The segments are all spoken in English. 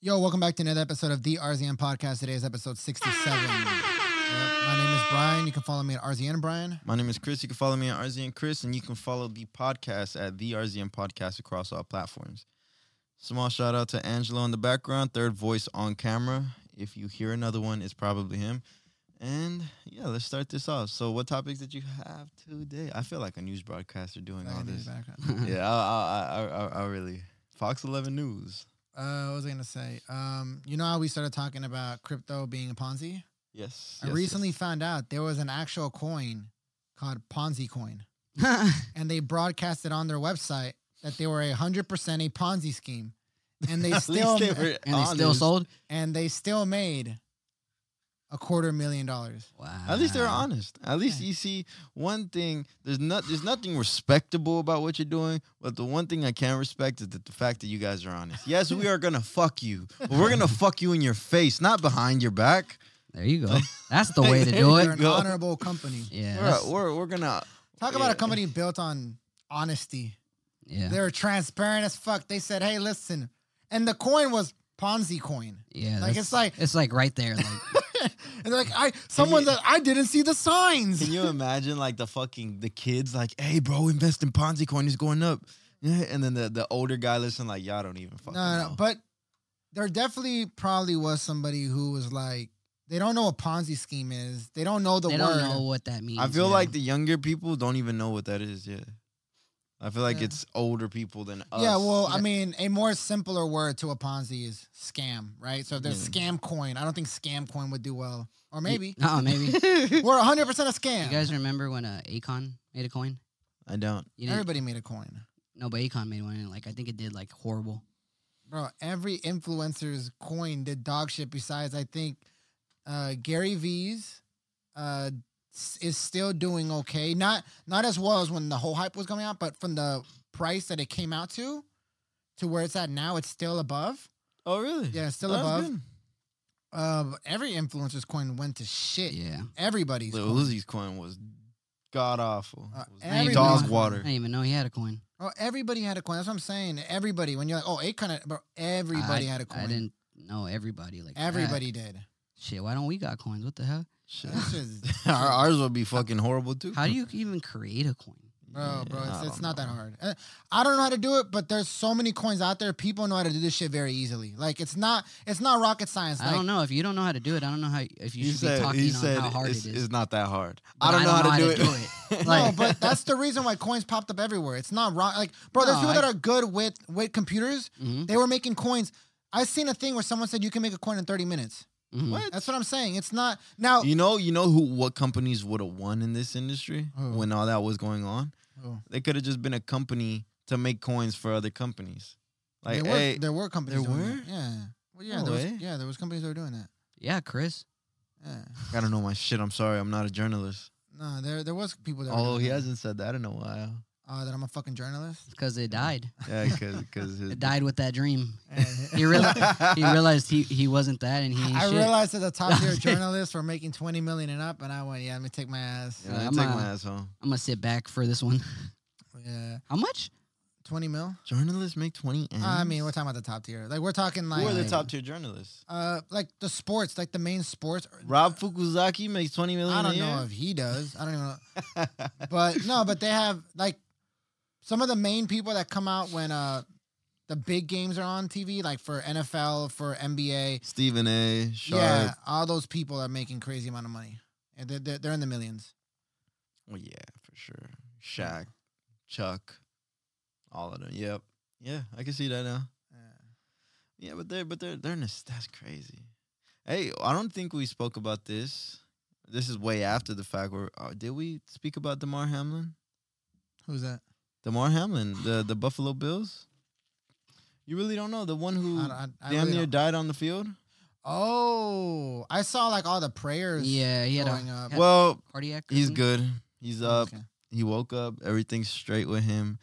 Yo, welcome back to another episode of the RZN Podcast. Today is episode 67. Yep, My name is Brian. You can follow me at RZN Brian. My name is Chris. You can follow me at RZN Chris, and you can follow the podcast at the RZN Podcast across all platforms. Small shout out to Angelo in the background, third voice on camera. If you hear another one, it's probably him. And yeah, let's start this off. So, what topics did you have today? I feel like a news broadcaster doing all this. Yeah, I, I, I, I, I really. Fox 11 News. Uh, what was I going to say? Um, you know how we started talking about crypto being a Ponzi? Yes. I yes, recently yes. found out there was an actual coin called Ponzi coin, and they broadcasted on their website that they were a hundred percent a Ponzi scheme, and they At still least they were and they still honest. sold. and they still made a quarter million dollars. Wow. At least they're honest. At least Uh-huh. Yeah. you see one thing. There's not. There's nothing respectable about what you're doing. But the one thing I can respect is that the fact that you guys are honest. Yes, we are gonna fuck you, but we're gonna fuck you in your face, not behind your back. There you go. That's the way to do They're it. an go. honorable company. Yeah. We're, that's- we're, we're gonna Talk about a Yeah. company built on honesty. Yeah. They were transparent as fuck. They said, "Hey, listen," and the coin was Ponzi coin. Like Yeah. that's- it's like, it's like right there. Like and they're like, "I someone you- that I didn't see the signs." Can you imagine like the fucking the kids like, hey bro, invest in Ponzi coin, it's going up. Yeah, and then the, the older guy listen like, y'all don't even fucking No, know. no, but there definitely probably was somebody who was like, they don't know what Ponzi scheme is. They don't know the they word. don't know what that means. I feel yeah. like the younger people don't even know what that is. Yeah, I feel like Yeah. it's older people than us. Yeah, well, I Yeah. mean, a more simpler word to a Ponzi is scam, right? So if there's scam coin, I don't think scam coin would do well. Or maybe Oh, maybe. you we're 100% a scam. guys remember when uh, Akon made a coin? I don't. You didn't, Everybody made a coin. no, but Akon made one. And, like I think it did like horrible. Bro, every influencer's coin did dog shit besides, I think, uh, Gary V's uh, s- is still doing okay. Not not as well as when the whole hype was coming out, but from the price that it came out to to where it's at now, it's still above. Oh really? Yeah, it's still That's above. good. Uh, every influencer's coin went to shit. Yeah. Everybody's Lil coin. Uzi's coin was god awful. Uh, It was I didn't even dog know- I water. didn't even know he had a coin. Oh, everybody had a coin. That's what I'm saying. Everybody. When you're like, oh, eight kind of, bro, everybody I, had a coin. I didn't know everybody like that. Everybody did. Shit. Why don't we got coins? What the hell? Shit. This is- Our, ours would be fucking horrible too. How do you even create a coin? Bro, bro, Yeah, it's, Mm, I it's don't not that know. hard. Uh, I don't know how to do it, but there's so many coins out there. People know how to do this shit very easily. Like it's not it's not rocket science. Like, I don't know. If you don't know how to do it, I don't know how if you he should said, be he talking on said how hard it's, it is. it's not that hard. But I don't, know, how, to do, how to it. No, Like- but that's the reason why coins popped up everywhere. It's not rock like bro, there's No, people I- that are good with with computers. Mhm, They were making coins. I seen a thing where someone said you can make a coin in 30 minutes. mhm. what? That's what I'm saying. It's not now Hmm. You know, you know who what companies would have won in this industry Who? when all that was going on? Who? They could have just been a company to make coins for other companies. Like, there, were, hey, there were companies there doing were? that. Yeah. Well, yeah, No there was, way. yeah, there was companies that were doing that. Yeah, Chris. Yeah. I don't know my shit. I'm sorry. I'm not a journalist. No, there there was people that were Oh, doing he that. hasn't said that in a while. Uh, that I'm a fucking journalist. Because it died. Yeah, because because It died with that dream. he He realized he realized he, he wasn't that, and he ain't I shit. realized that the top tier journalists were making twenty million and up, and I went, "Yeah, let me take my ass." Yeah, I I'm take a- my ass home. I'm gonna sit back for this one. Yeah, How much? twenty mil. Journalists make twenty. M's? I mean, we're talking about the top tier. Like we're talking Mm-hmm. who like, are the like- top tier journalists? uh, like the sports, like the main sports. Rob Fukuzaki makes twenty million. I a don't know year? if he does. I don't even know, but no, but they have like some of the main people that come out when uh the big games are on TV, like for NFL, for NBA. Stephen A. Sharp. Yeah, all those people are making crazy amount of money, and they're they're, they're in the millions. Well, Oh, yeah, for sure. Shaq, Chuck, all of them. Yep. Yeah, I can see that now. Yeah. Yeah, but they're but they're they're nas- that's crazy. Hey, I don't think we spoke about this. This is way after the fact. Where uh, did we speak about Demar Hamlin? Who's that? Demar Hamlin, the the Buffalo Bills. You really don't know the one who I, don't- I, I damn really near don't- died on the field. Oh, I saw like all the prayers. Yeah, he had Going a up. had Well, cardiac. or he's something? good. He's up. Mm-hmm. Okay. He woke up. Everything's straight with him.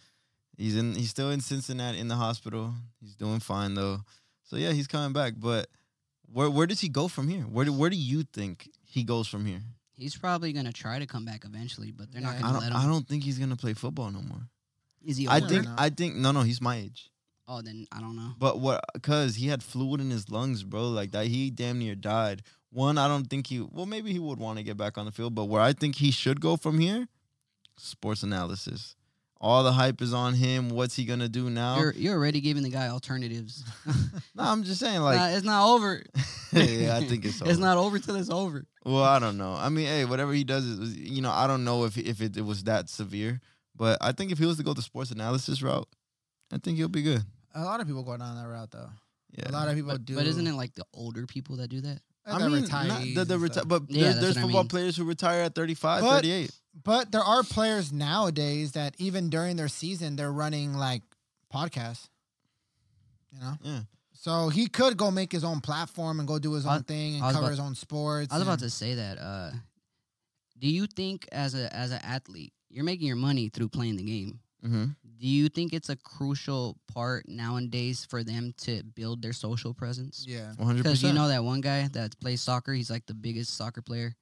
He's in. He's still in Cincinnati in the hospital. He's doing fine though. So yeah, he's coming back. But where where does he go from here? Where do, where do you think he goes from here? He's probably gonna try to come back eventually, but they're not Yeah. I gonna don't. let him. I don't think he's gonna play football no more. Is he? I older think. enough? I think. No, no. He's my age. Oh, then I don't know. But what? Cause he had fluid in his lungs, bro. Like that, he damn near died. One, I don't think he. Well, maybe he would want to get back on the field. But where I think he should go from here, sports analysis. All the hype is on him. What's he gonna do now? You're you're already giving the guy alternatives. no, I'm just saying, like, Nah, it's not over. yeah, I think it's. It's over. not over till it's over. Well, I don't know. I mean, hey, whatever he does is, you know, I don't know if if it, it was that severe, but I think if he was to go the sports analysis route, I think he'll be good. A lot of people go down that route though. Yeah. A lot of people But, do. but isn't it like the older people that do that? Like I the mean, retirees not the, the and reti- stuff. but Yeah, there- that's there's what I football mean. players who retire at 35, But- 38. But there are players nowadays that even during their season they're running like podcasts. You know? Yeah. So he could go make his own platform and go do his I- own thing and I was cover about- his own sports. I was about and- to say that. Uh, do you think as a as an athlete, you're making your money through playing the game? Mm-hmm. Do you think it's a crucial part nowadays for them to build their social presence? Yeah. 100%. Because you know that one guy that plays soccer, he's like the biggest soccer player.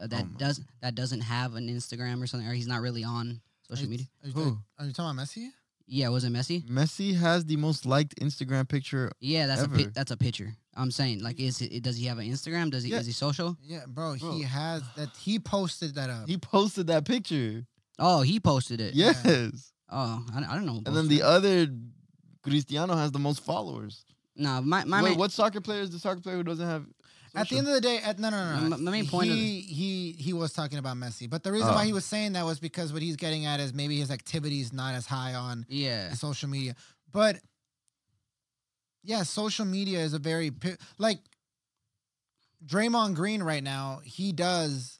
Uh, that Oh my does that doesn't have an Instagram or something, or he's not really on social Are you- media. Are you, Who? are you talking about Messi? Yeah, was it Messi? Messi has the most liked Instagram picture. Yeah, that's a Ever. pi- that's a picture. I'm saying, like, is it, does he have an Instagram? Does he Yeah. is he social? Yeah, bro, Bro. He has that. He posted that up. He posted that picture. Oh, he posted it. Yes. Oh, I, I don't know. who And then posted the it. other Cristiano has the most followers. nah, my my Wait, man- what soccer player is the soccer player who doesn't have At the end of the day, at, no, no, no, no. M- my main point of He he he was talking about Messi, but the reason Oh. why he was saying that was because what he's getting at is maybe his activity is not as high on Yeah. social media. But yeah, social media is a very pi- like Draymond Green right now. He does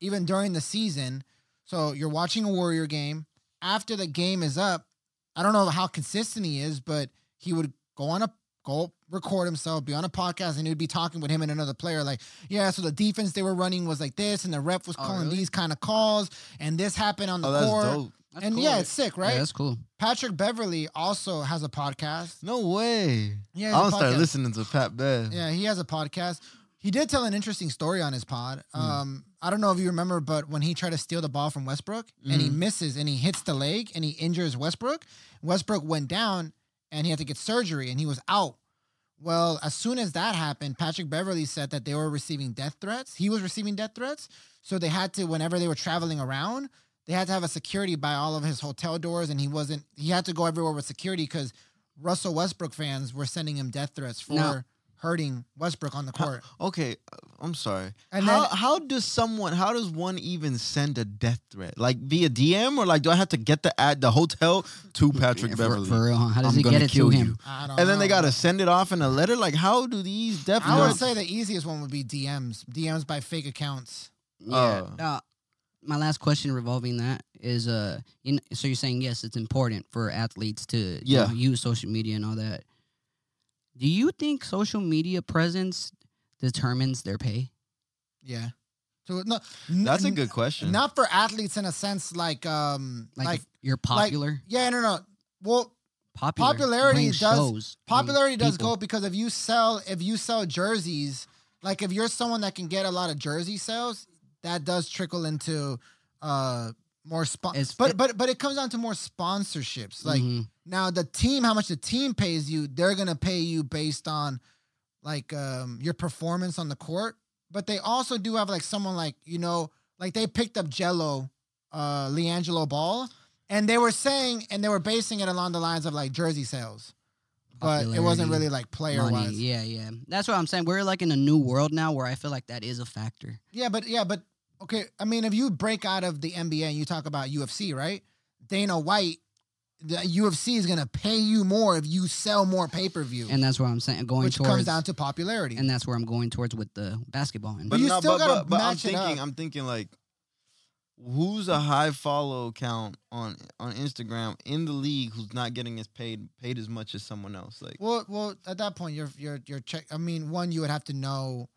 even during the season. So you're watching a Warrior game. After the game is up, I don't know how consistent he is, but he would go on a go record himself, be on a podcast, and he would be talking with him and another player. Like, yeah, so the defense they were running was like this, and the ref was Oh, calling really? these kind of calls, and this happened on the Oh, that's court. dope. That's and cool. yeah, it's sick, right? Yeah, that's cool. Patrick Beverly also has a podcast. No way. Yeah, he has a I'm gonna start podcast. listening to Pat Bev. Yeah, he has a podcast. He did tell an interesting story on his pod. Um, I don't know if you remember, but when he tried to steal the ball from Westbrook and he Mhm. misses and he hits the leg and he injures Westbrook, Westbrook went down and he had to get surgery and he was out. Well, as soon as that happened, Patrick Beverly said that they were receiving death threats. He was receiving death threats. So they had to, whenever they were traveling around, they had to have a security by all of his hotel doors. And he wasn't, he had to go everywhere with security because Russell Westbrook fans were sending him death threats for Now- hurting Westbrook on the court. Okay, uh, I'm sorry. And how then- how does someone how does one even send a death threat? Like via DM or like do I have to get the ad the hotel to Patrick Yeah, for, Beverly? for real, huh? How does I'm he gonna get it to kill him? you. I don't And then they know, gotta bro. send it off in a letter. Like how do these death Um, I would threats? say the easiest one would be DMs. DMs by fake accounts. Yeah. Oh. Now, my last question revolving that is, uh, you kn- so you're saying yes, it's important for athletes to you Yeah. know, use social media and all that. Do you think social media presence determines their pay? Yeah. So no, That's a n- good question. Not for athletes in a sense like um Like, like, if you're popular, yeah no no well popular popularity brings does- shows, popularity does go because if you sell if you sell jerseys like if you're someone that can get a lot of jersey sales that does trickle into uh more spon- It's- but but but it comes down to more sponsorships like Mm-hmm. Now the team, how much the team pays you, they're gonna pay you based on like um your performance on the court. But they also do have like someone like you know, like they picked up Jello, uh, Leangelo Ball, and they were saying and they were basing it along the lines of like jersey sales, but it wasn't Popularity, really like player money. wise. Yeah, yeah. That's what I'm saying. We're like in a new world now where I feel like that is a factor. Yeah, but yeah, but okay. I mean, if you break out of the NBA and you talk about UFC, right? Dana White, the UFC is gonna pay you more if you sell more pay per view. And that's what I'm saying. Going which towards comes down to popularity. and that's where I'm going towards with the basketball. And but you no, still but, gotta but, but I'm match it thinking up. I'm thinking like who's a high follow account on on Instagram in the league who's not getting as paid paid as much as someone else? Like Well, well, at that point, you're you're you're check. I mean, one, you would have to know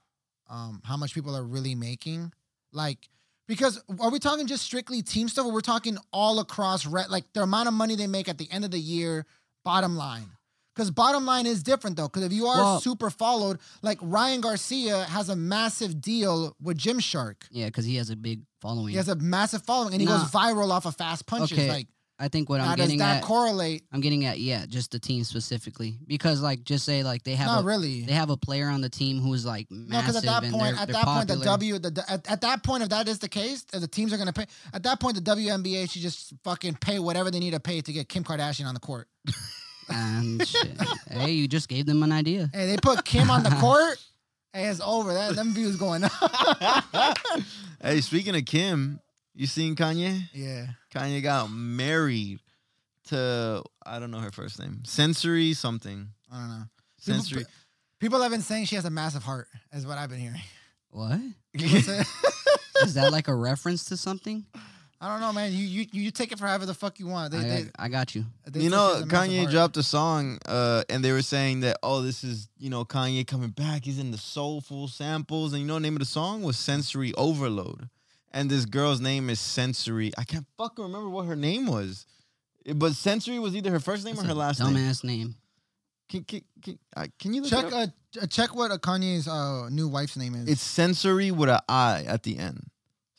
um, how much people are really making, like because are we talking just strictly team stuff, or we're talking all across, re- like the amount of money they make at the end of the year, bottom line. Because bottom line is different though. Because if you are Well- super followed, like Ryan Garcia has a massive deal with Gymshark. yeah, because he has a big following. He has a massive following, and he Nah. goes viral off of fast punches. Okay. Like I think what How I'm does getting that at, correlate? I'm getting at, yeah, just the team specifically, because like, just say like they have Not a, really. they have a player on the team who's like No, massive because at that and point, they're, at they're that point, the popular. W, the, the- at, at that point, if that is the case, if the teams are going to pay. At that point, the WNBA should just fucking pay whatever they need to pay to get Kim Kardashian on the court. and shit. hey, you just gave them an idea. Hey, they put Kim on the court. Hey, it's over. That them views going up. hey, speaking of Kim, you seen Kanye? yeah, Kanye got married to I don't know her first name. Sensory something. I don't know. People- Sensory. People have been saying she has a massive heart, is what I've been hearing. What People say- is that like a reference to something? I don't know, man. You you you take it for however the fuck you want. They, I, they, I got you. they you say she has know, a massive Kanye heart. dropped a song, uh, and they were saying that, oh, this is you know Kanye coming back. He's in the soulful samples, and you know, the name of the song was Sensory Overload, and this girl's name is Sensory. I can't fucking remember what her name was, It- but Sensory was either her first name That's or her a last name. dumbass name. Can, can, can, uh, can you look Check it up? uh, ch- check what uh, Kanye's uh, new wife's name is. It's sensory with a I at the end.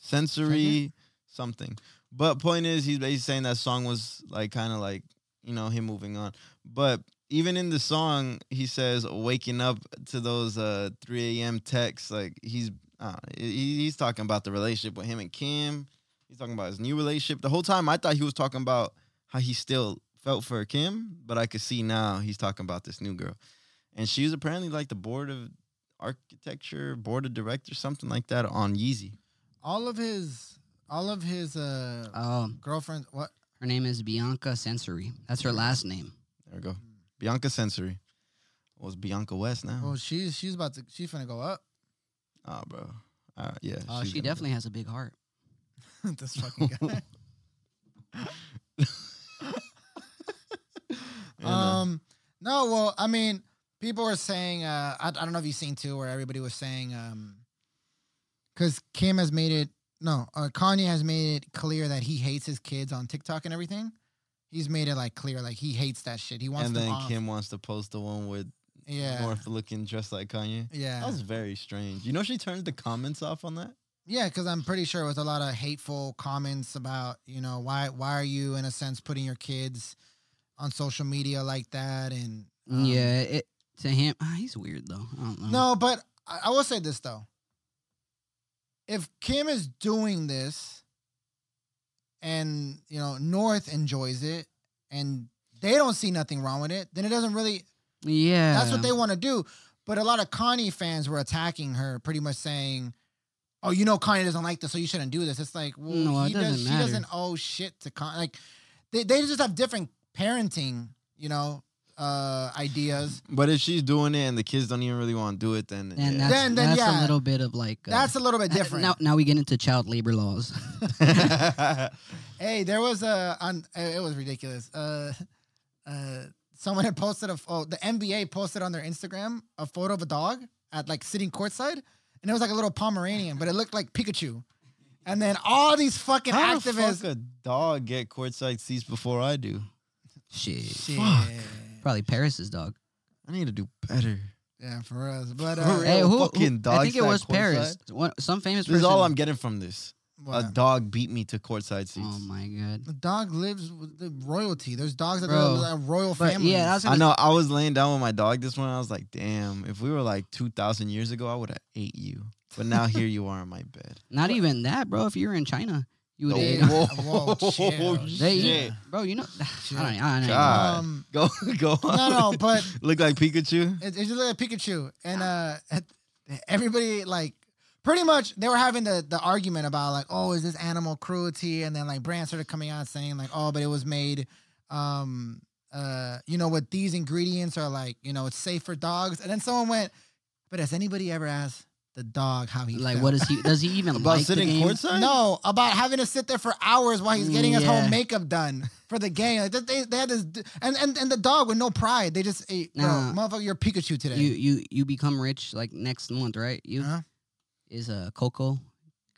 Sensory something. But point is, he's basically saying that song was like kind of like you know him moving on. But even in the song, he says waking up to those uh 3 a.m. texts. Like he's uh, he, he's talking about the relationship with him and Kim. He's talking about his new relationship. The whole time, I thought he was talking about how he still felt for Kim, but I could see now he's talking about this new girl, and she was apparently like the board of architecture, board of directors, something like that on Yeezy. all of his all of his uh, Um, girlfriends. What? her name is Bianca Sensory. That's her last name. There we go. Bianca Sensory. Well, it's Bianca West now. Well, Oh, she's she's about to she's gonna go up. Oh, bro. Uh, yeah. Oh, Ah, she's she gonna- definitely has a big heart. this fucking guy. You know. Um, no, well, I mean, people were saying, uh, I, I don't know if you've seen too, where everybody was saying, um, because Kim has made it, no, uh, Kanye has made it clear that he hates his kids on TikTok and everything. He's made it like clear, like he hates that shit. He wants and them then off. Kim wants to post the one with yeah, North looking dressed like Kanye. That yeah, was very strange. You know, she turned the comments off on that. yeah. Because I'm pretty sure it was a lot of hateful comments about, you know, why why are you in a sense putting your kids on social media like that and um, yeah, it, to him, ah, he's weird though. I don't know. No, but I, I will say this though. If Kim is doing this and you know North enjoys it and they don't see nothing wrong with it, then it doesn't really Yeah, that's what they want to do. But a lot of Kanye fans were attacking her, pretty much saying, Oh, you know Kanye doesn't like this, so you shouldn't do this. It's like, well, No, it he does, doesn't she matter. doesn't owe shit to Kanye. Like they, they just have different parenting, you know, uh ideas. But if she's doing it and the kids don't even really want to do it, then And yeah. that's, Then- then, that's yeah. a little bit of like uh, That's a little bit uh, different. Now, now we get into child labor laws. Hey, there was a on. eh, It was ridiculous. Uh, uh, someone had posted a photo. The NBA posted on their Instagram a photo of a dog at like sitting courtside, and it was like a little Pomeranian, but it looked like Pikachu. And then all these fucking How the activists. fuck a dog get courtside seats before I do? Shit, Shit. Fuck. probably Paris's dog. I need to do better. Yeah, for us. But For uh, real. Hey, who, who- fucking dog I think it sat was Paris. courtside? One, some famous This is person. all I'm getting from this. what? A dog beat me to courtside seats. Oh my god. the dog lives with the royalty. There's dogs that Bro. are like royal But families. yeah, I was I gonna know. I was laying down with my dog this morning. I was like, "Damn! If we were like two thousand years ago, I would have ate you." But now here you are in my bed. Not even that, bro. If you were in China, you would. Oh, eat- They- Whoa, chill. They shit. eat, bro. You know, Shit. I don't, I don't God. um, Go, go. On. No, no, but- look like Pikachu. It, it's just like a Pikachu, and uh, it- everybody like pretty much they were having the the argument about like, oh, is this animal cruelty? And then like brands started coming out saying like, oh, but it was made, um, uh, you know, with these ingredients are like, you know, it's safe for dogs. And then someone went, but has anybody ever asked the dog how he like, felt? what is he? Does he even About like sitting the game? courtside. No, about having to sit there for hours while he's getting his Yeah. whole makeup done for the game. Like they, they had this, and, and and the dog with no pride. They just, ate, bro, Nah. motherfucker, you're Pikachu today. You you you become rich like next month, right? You Huh? is a uh, Coco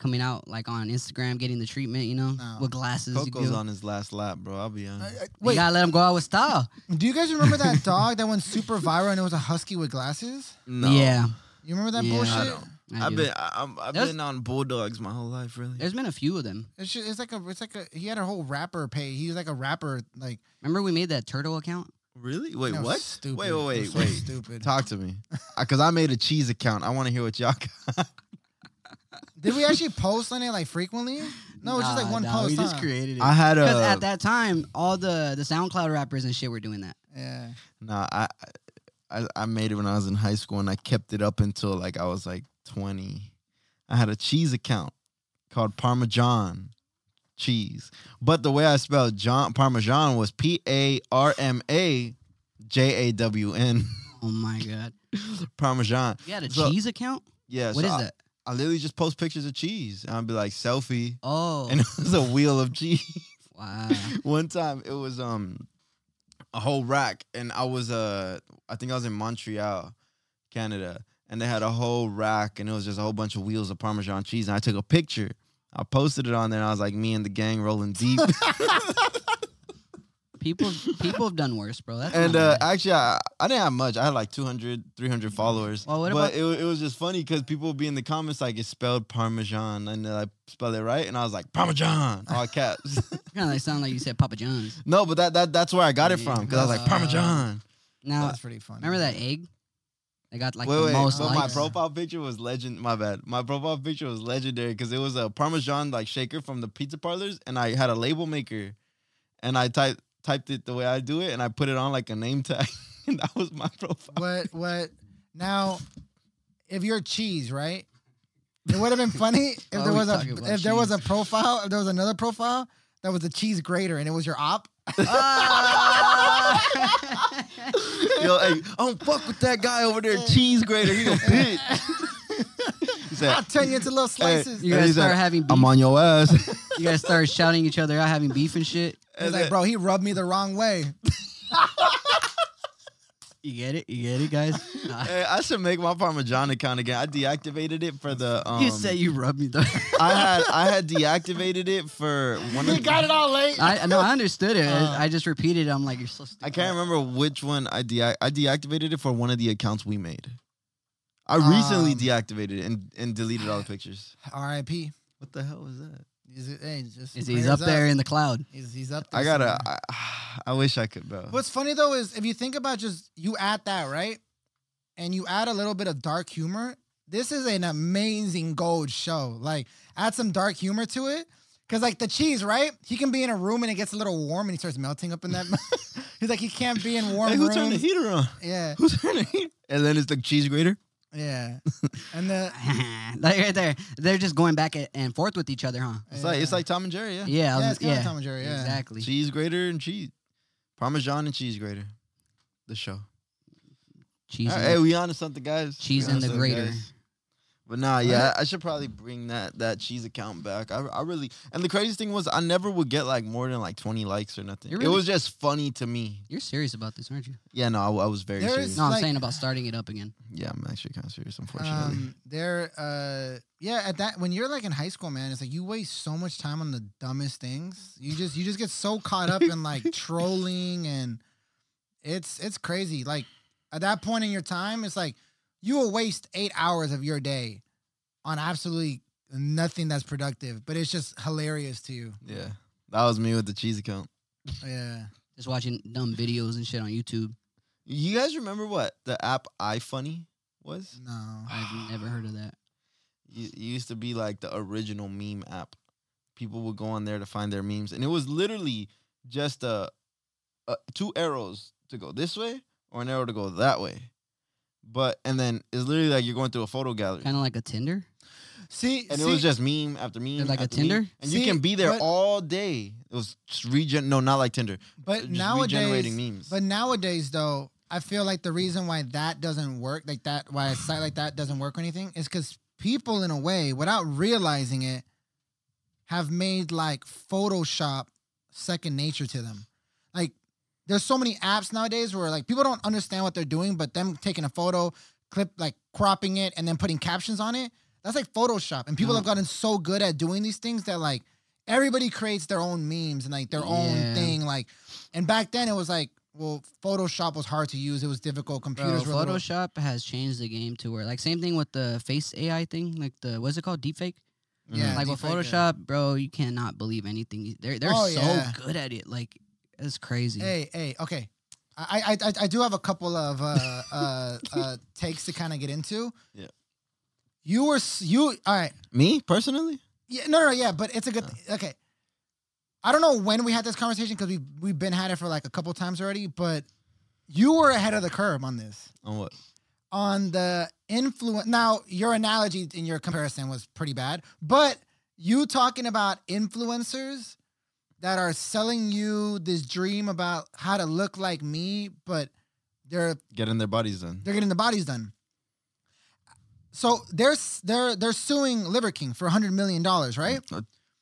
coming out like on Instagram getting the treatment, you know, No. with glasses. you Coco's go- on his last lap, bro. I'll be honest. You gotta let him go out with style. Do you guys remember that dog that went super viral and it was a husky with glasses? No. Yeah, You remember that Yeah. bullshit? I don't. I I've do. been I, I'm, I've That's- been on bulldogs my whole life, really. There's been a few of them. It's just, it's like a it's like a he had a whole rapper pay. He was like a rapper like Remember we made that turtle account? Really? Wait, that was what? Stupid. Wait, It wait, was wait, so wait. Stupid. Talk to me, because I made a cheese account. I want to hear what y'all got. Did we actually post on it like frequently? No, it's just like Nah, one nah, post. We just huh? created it. I had Because a at that time, all the the SoundCloud rappers and shit were doing that. Yeah. nah. I, I I made it when I was in high school, and I kept it up until like I was like twenty. I had a cheese account called Parmesan cheese, but the way I spelled John Parmesan was P A R M A J A W N Oh my god! Parmesan. You had a So- cheese account? Yeah. What so is I, that? I literally just post pictures of cheese, and I'd be like selfie, Oh, and it was a wheel of cheese. wow! One time it was um a whole rack and I was uh I think I was in Montreal, Canada, and they had a whole rack and it was just a whole bunch of wheels of parmesan cheese and I took a picture. I posted it on there and I was like me and the gang rolling deep. People people have done worse, bro. That's and not uh right. actually I, I didn't have much. I had like 200 300 followers. Well, what but about- it, wa- it was just funny cuz people would be in the comments like it's spelled parmesan and I like, spell it right and I was like parmesan all caps. kind of like sound like you said Papa John's. no, but that that that's where I got it from cuz I was like Uh, parmesan. Now That's pretty funny. remember that egg? They got like wait, the wait, most but likes. my profile picture was legend. My bad. My profile picture was legendary because it was a Parmesan like shaker from the pizza parlors, and I had a label maker, and I typed typed it the way I do it, and I put it on like a name tag, and that was my profile. What what now if you're cheese, right? It would have been funny if Why are there we was a talking about if there was a cheese? profile, if there was another profile that was a cheese grater and it was your op. Ah! Yo, hey, I don't fuck with that guy over there, cheese grater. He a bitch. He said, I'll turn you into little slices. Hey, you guys He's a- start having beef. I'm on your ass. you guys start shouting each other out, having beef and shit. He's like, bro, he rubbed me the wrong way. You get it? You get it, guys? Nah. Hey, I should make my Parmesan account again. I deactivated it for the. Um, you say you rub me. The- I had I had deactivated it for one. He of got it all late. I no, I understood it. Uh. I just repeated. it. I'm like, you're so stupid. I can't remember which one I de- I deactivated it for one of the accounts we made. I recently Um, deactivated it and, and deleted all the pictures. R.I.P. What the hell was that? He's, hey, just Is he's prayers up there in the cloud? He's, he's up there. I gotta. uh, somewhere. I, I wish I could, bro. What's funny though is if you think about just you add that right, and you add a little bit of dark humor. This is an amazing gold show. Like add some dark humor to it, because like the cheese, right? He can be in a room and it gets a little warm and he starts melting up in that. He's like he can't be in warm hey, who turned the rooms. heater on? Yeah, Who turned the heater? And then it's the cheese grater. yeah, and the like right there, they're just going back a- and forth with each other, huh? It's like it's Yeah. like Tom and Jerry, yeah. Yeah, yeah, I was- it's kind yeah, of Tom and Jerry. Yeah, exactly. Cheese grater and cheese, Parmesan and cheese grater. The show. Cheese, All and- right, Uh, hey, we on to something, guys. cheese We in on the something, grater. guys. But nah, yeah, I should probably bring that that cheese account back. I, I really and the craziest thing was I never would get like more than like twenty likes or nothing. You It really- was just funny to me. You're serious about this, aren't you? Yeah, no, I, I was very There is- serious. No, I'm like- saying about starting it up again. Yeah, I'm actually kind of serious, unfortunately. Um, there, uh, yeah, at that when you're like in high school, man, it's like you waste so much time on the dumbest things. You just you just get so caught up in like trolling and it's it's crazy. Like at that point in your time, it's like you will waste eight hours of your day on absolutely nothing that's productive, but it's just hilarious to you. yeah, that was me with the cheese account. Yeah, Just watching dumb videos and shit on YouTube. You guys remember what the app iFunny was? no, I've never heard of that. It it used to be like the original meme app. People would go on there to find their memes, and it was literally just a, a two arrows to go this way or an arrow to go that way. But and then it's literally like you're going through a photo gallery, Kind of like a Tinder. see, and see, it was just meme after meme, They're like a after meme. Tinder? and See, you can be there but- all day. It was just regen, no, not like Tinder, but just nowadays regenerating memes. But nowadays, though, I feel like the reason why that doesn't work, like that, why a site like that doesn't work or anything, is because people, in a way, without realizing it, have made like Photoshop second nature to them. Like, there's so many apps nowadays where like people don't understand what they're doing, but them taking a photo, clip, like cropping it, and then putting captions on it, that's like Photoshop. And people Yeah. have gotten so good at doing these things that like everybody creates their own memes and like their own Yeah. thing. Like, and back then it was like well, Photoshop was hard to use. It was difficult. Bro, Computers were. little- Photoshop has changed the game to where like same thing with the face AI thing, like the what's it called, deepfake. Mm-hmm. Yeah, like with deepfake, yeah. Photoshop, bro, you cannot believe anything. you- They're they're Oh, so yeah. good at it. Like it's crazy. Hey, hey, okay. I, I, I, I do have a couple of uh, uh, uh, takes to kind of get into. Yeah. You were s- you all right? Me personally, Yeah, no, no, yeah, but it's a good Uh. okay. I don't know when we had this conversation because we we've been had it for like a couple times already, but you were ahead of the curve on this on what? on the influence. Now, your analogy in your comparison was pretty bad, but you talking about influencers that are selling you this dream about how to look like me, but they're Getting their bodies done. they're getting the bodies done. So they're they're they're suing Liver King for hundred million dollars, right?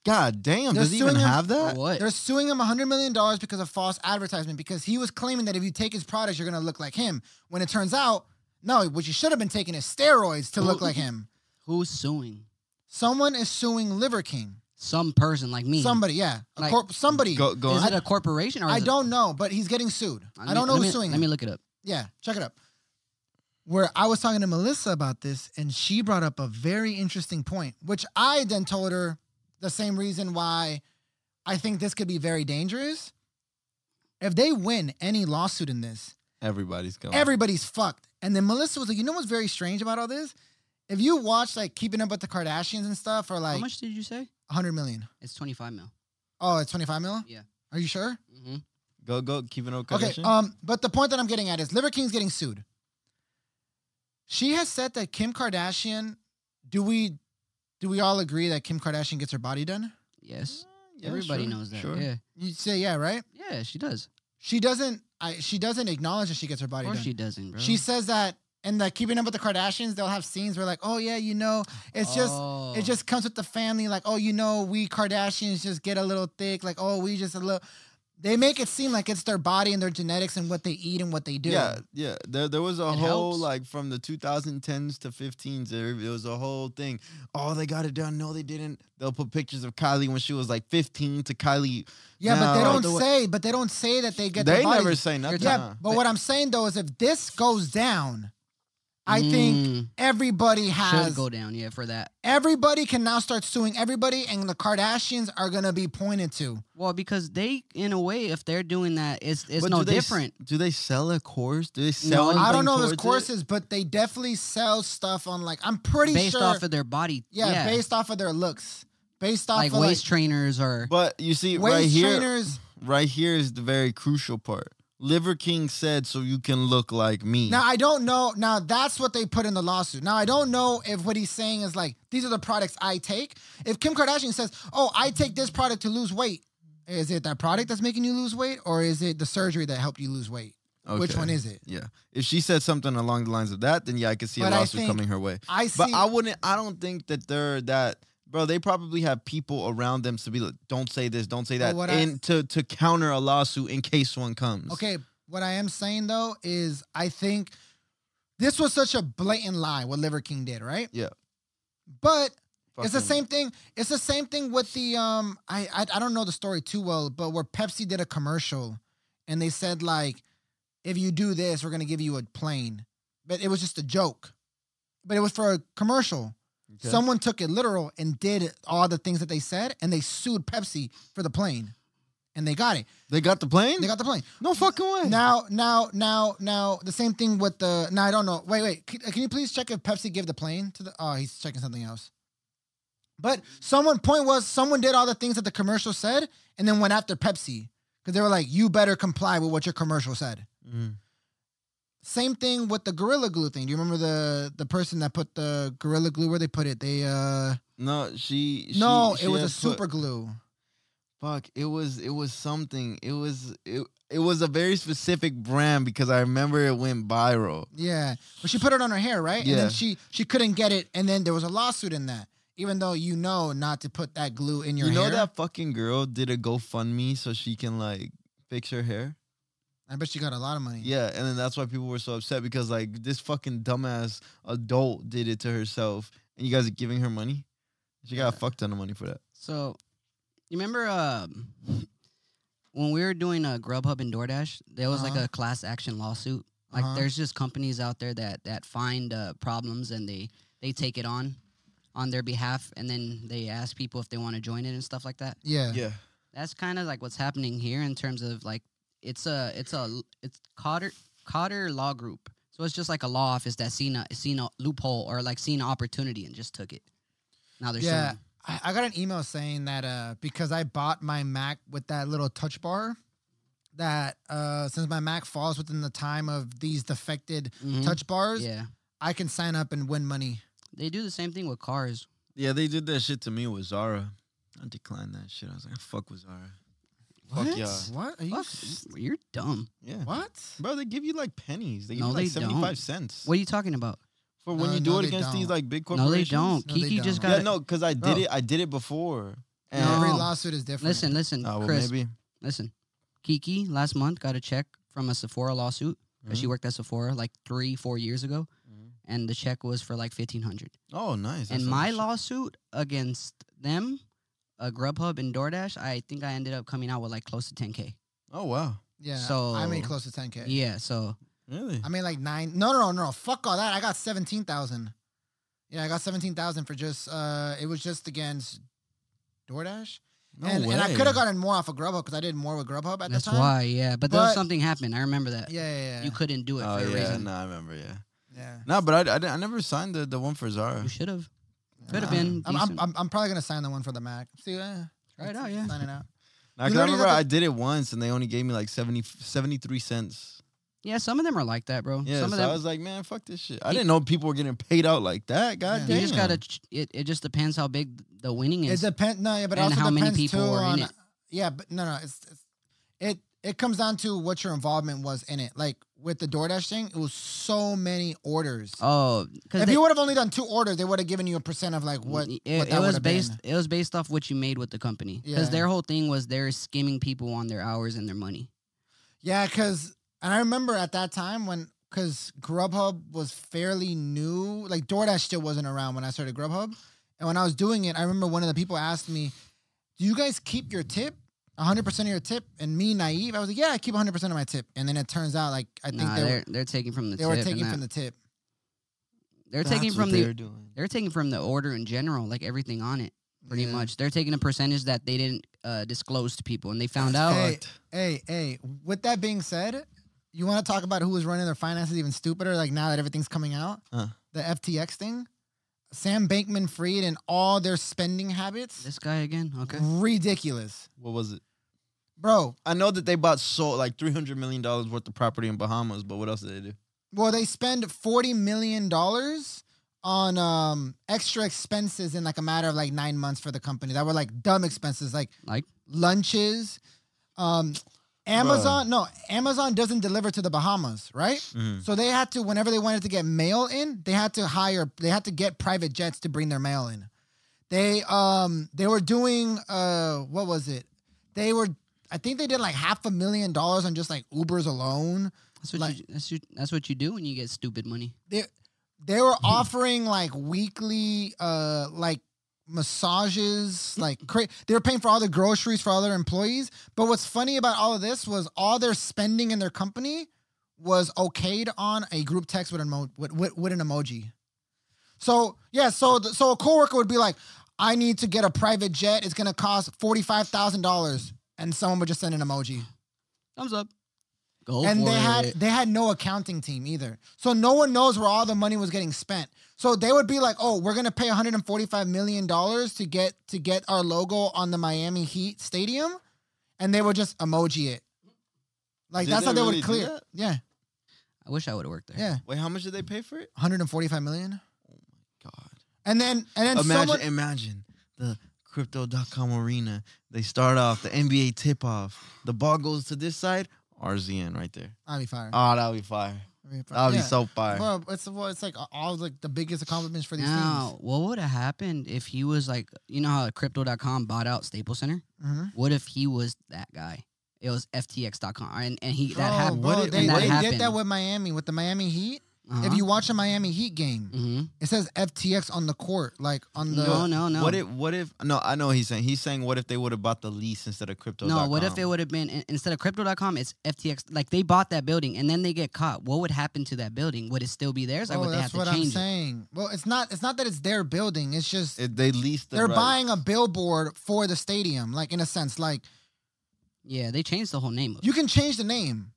God damn, They're does he even suing him- have For that? what? They're suing him $100 million because of false advertisement because he was claiming that if you take his products, you're going to look like him. When it turns out, no, what you should have been taking is steroids to look like him. Who's suing? Someone is suing Liver King. Some person like me. Somebody, yeah. A Like- corp- somebody. Go go. Is on. it a corporation or I is it- don't know, but he's getting sued. Let I don't me- know let who's me- suing Let him. me look it up. yeah, check it up. Where I was talking to Melissa about this, and she brought up a very interesting point, which I then told her the same reason why I think this could be very dangerous. If they win any lawsuit in this, Everybody's going. everybody's fucked. And then Melissa was like, you know what's very strange about all this? If you watch like Keeping Up with the Kardashians and stuff, or like How much did you say? 100 million. It's twenty five mil. Oh, it's 25 mil? Yeah. Are you sure? Mm-hmm. go go. Keeping up. Okay. Um, but the point that I'm getting at is Liver King's getting sued. She has said that Kim Kardashian, do we do we all agree that Kim Kardashian gets her body done? Yes. Everybody knows that. Yeah. You say yeah, right? Yeah, she does. She doesn't I she doesn't acknowledge that she gets her Of body course done. she doesn't, bro. She says that in the Keeping Up with the Kardashians, they'll have scenes where like, oh yeah, you know, it's just Oh. it just comes with the family. Like, oh, you know, we Kardashians just get a little thick. Like, oh, we just a little. They make it seem like it's their body and their genetics and what they eat and what they do. Yeah, yeah. There, there was a whole helps. like from the 2010s to 15s. There, there was a whole thing. Oh, they got it done. No, they didn't. They'll put pictures of Kylie when she was like 15 to Kylie. Yeah, but they No, don't the way- say. But they don't say that they get. they their bodies- never uh-uh. say nothing. Yeah, huh? but what I'm saying though is, if this goes down, I think Mm, everybody should has. go down. Yeah, for that. Everybody can now start suing everybody, and the Kardashians are gonna be pointed to. Well, because they, in a way, if they're doing that, it's it's But no do they s- different. do they sell a course? Do they sell? No, anything I don't know towards those it? courses, but they definitely sell stuff on like I'm pretty based sure. off of their body. yeah, based off of their looks, based off like of waist trainers or But you see, like, right waist here, trainers. right here is the very crucial part. Liver King said, "So you can look like me." Now I don't know. Now that's what they put in the lawsuit. Now I don't know if what he's saying is like these are the products I take. If Kim Kardashian says, "Oh, I take this product to lose weight," is it that product that's making you lose weight, or is it the surgery that helped you lose weight? Which Okay. one is it? Yeah. If she said something along the lines of that, then yeah, I could see But a I lawsuit think- coming her way. I see. But I wouldn't. I don't think that they're that. Bro, they probably have people around them to be like, "Don't say this, don't say that," what I- and to to counter a lawsuit in case one comes. Okay, what I am saying though is I think this was such a blatant lie what Liver King did, right? Yeah. But Fuck it's the them. same thing. It's the same thing with the um. I, I I don't know the story too well, but where Pepsi did a commercial, and they said like, if you do this, we're gonna give you a plane. But it was just a joke. But it was for a commercial. Okay. Someone took it literal and did all the things that they said, and they sued Pepsi for the plane, and they got it. They got the plane. They got the plane. no fucking way. Now, now, now, now, the same thing with the. Now I don't know. Wait, wait. Can, can you please check if Pepsi gave the plane to the? Oh, he's checking something else. But someone point was someone did all the things that the commercial said, and then went after Pepsi because they were like, "You better comply with what your commercial said." Mhm. Same thing with the gorilla glue thing. Do you remember the the person that put the gorilla glue where they put it? They uh No, she. she- no, she it was had a put- super glue. Fuck! It was it was something. It was it it was a very specific brand because I remember it went viral. Yeah, but she put it on her hair, right? And Yeah. then she she couldn't get it, and then there was a lawsuit in that. Even though you know not to put that glue in your you know hair, that fucking girl did a GoFundMe so she can like fix her hair. I bet she got a lot of money. Yeah, and then that's why people were so upset because like this fucking dumbass adult did it to herself, and you guys are giving her money. She got a fuck ton of money for that. so. You remember um, when we were doing a Grubhub and DoorDash, there was like Uh-huh. a class action lawsuit. Like Uh-huh. there's just companies out there that that find uh, problems and they they take it on on their behalf, and then they ask people if they want to join it and stuff like that. Yeah. Yeah. That's kind of like what's happening here in terms of like it's a it's a it's Cotter Cotter Law Group. So it's just like a law office that seen a seen a loophole or like seen an opportunity and just took it. Now they're Yeah. suing. I, I got an email saying that uh because I bought my Mac with that little touch bar, that uh since my Mac falls within the time of these defected Hmm. Mhm. touch bars, Yeah, I can sign up and win money. they do the same thing with cars. Yeah, they did that shit to me with Zara. I declined that shit. I was like, fuck with Zara. Fuck What? yeah. What are you? Fuck, s- you're dumb. Yeah. What? Bro, they give you like pennies. They give No, you like they 75 don't. cents. What are you talking about? For when Uh, you do no, it they against these don't. like big No, they corporations. don't. No, they Kiki just don't. got. Yeah, no, because I did Bro. it. I did it before. And No. Every lawsuit is different. Listen, listen, Oh, well, Chris. maybe. Listen, Kiki last month got a check from a Sephora lawsuit 'cause she Mhm. worked at Sephora like three, four years ago, Mhm. and the check was for like fifteen hundred. Oh, nice. That's And a my shit. lawsuit against them, uh, Grubhub and DoorDash, I think I ended up coming out with like close to ten k. Oh, wow. Yeah. So- I made close to 10k. Yeah, so Really? I made like nine. No, no, no, no. Fuck all that. I got seventeen thousand. Yeah, I got seventeen thousand for just. uh It was just against DoorDash, No and, way. and I could have gotten more off of Grubhub because I did more with Grubhub at that's the time. why. Yeah, but, there was But- something happened. I remember that. Yeah, yeah, yeah. You couldn't do it Oh, for a yeah. reason. No, I remember, yeah. yeah. No, but I, I, didn't- I never signed the, the one for Zara. You should have. Could Nah. have been. I'm, I'm, decent. I'm, I'm probably gonna sign the one for the Mac. See, yeah. Try it out, yeah. Sign it out. You Nah, 'cause I literally remember got the- I did it once and they only gave me like 70, 73 cents. yeah, some of them are like that, bro. Yeah, some so of them. I was like, man, fuck this shit. I He- didn't know people were getting paid out like that. God Yeah. damn. You just gotta. Ch- it, it just depends how big the winning It is. depends. No, yeah, but it And also how many depends people too were in on. it. Yeah, but no, no, it's, it's it. It comes down to what your involvement was in it. Like with the DoorDash thing, it was so many orders. oh, because if you would have only done two orders, they would have given you a percent of like what. It, what it that was would've based. been. It was based off what you made with the company. Because Yeah. their whole thing was they're skimming people on their hours and their money. Yeah, because and I remember at that time when because Grubhub was fairly new, like DoorDash still wasn't around when I started Grubhub, and when I was doing it, I remember one of the people asked me, "Do you guys keep your tip?" 100% of your tip and me naive i was like yeah i keep 100% of my tip and then it turns out like i think Nah, they, they're were- they're, taking from the they tip. were and taking that- from the tip they're taking That's from what the. they're doing. They're taking from the order in general, like everything on it, pretty Yeah. much. They're taking a percentage that they didn't uh, disclose to people, and they found out. Hey, hey hey with that being said you want to talk about who was running their finances even stupider like now that everything's coming out Huh. Uh. the ftx thing sam bankman fried and all their spending habits "Oh, This guy again, okay. Mm-hmm. ridiculous What was it? bro I know that they bought so like three hundred million dollars worth of property in Bahamas, but what else did they do? well they spend 40 million dollars on um extra expenses in like a matter of like nine months for the company that were like dumb expenses like Like lunches um amazon no amazon doesn't deliver to the bahamas right Mm-hmm. Hmm. So they had to, whenever they wanted to get mail in, they had to hire, they had to get private jets to bring their mail in. They um they were doing uh what was it? They were I think they did like half a million dollars on just like Ubers alone. that's what Like- you that's, you, that's what you do when you get stupid money. They they were offering like weekly uh like massages like cra- they were paying for all the groceries for all their employees but what's funny about all of this was all their spending in their company was okayed on a group text with an emo- with, with, with an emoji so yeah so the, so a coworker would be like i need to get a private jet it's going to cost $45,000 and someone would just send an emoji Thumbs up. Go and for they had it. they had no accounting team either so no one knows where all the money was getting spent so they would be like oh we're going to pay 145 million dollars to get to get our logo on the Miami Heat stadium and they would just emoji it like Did that's how they they really would do clear that? yeah I wish I would have worked there. yeah Wait, how much did they pay for it? 145 million God, and then and then imagine, someone imagine the crypto.com arena. They start off the NBA tip off. The ball goes to this side, RZN right there. I'll be fired Oh, that'll be fire. I'll be, fired. That'll be Yeah. so fire. well, it's well, it's like all like the biggest accomplishments for these Now, what would have happened if he was like, you know how crypto.com bought out Staples Center? teams. Mhm. What if he was that guy? It was FTX.com. And, and he, Bro, that happened. bro, What they, it- they and that did happened. that with Miami, with the Miami Heat. Uh-huh. If you watch a Miami Heat game, hmm it says FTX on the court, like on the. no, no, no. What if? What if? No, I know what he's saying. He's saying, what if they would have bought the lease instead of crypto? no, what if it would have been in- instead of crypto.com, it's FTX? Like they bought that building and then they get caught. What would happen to that building? Would it still be theirs? Like Oh, would they that's have to what I'm change it? saying. Well, it's not. It's not that it's their building. It's just It, they leased. The they're right- buying a billboard for the stadium. Like in a sense, like Yeah, they changed the whole name of it. you can change the name.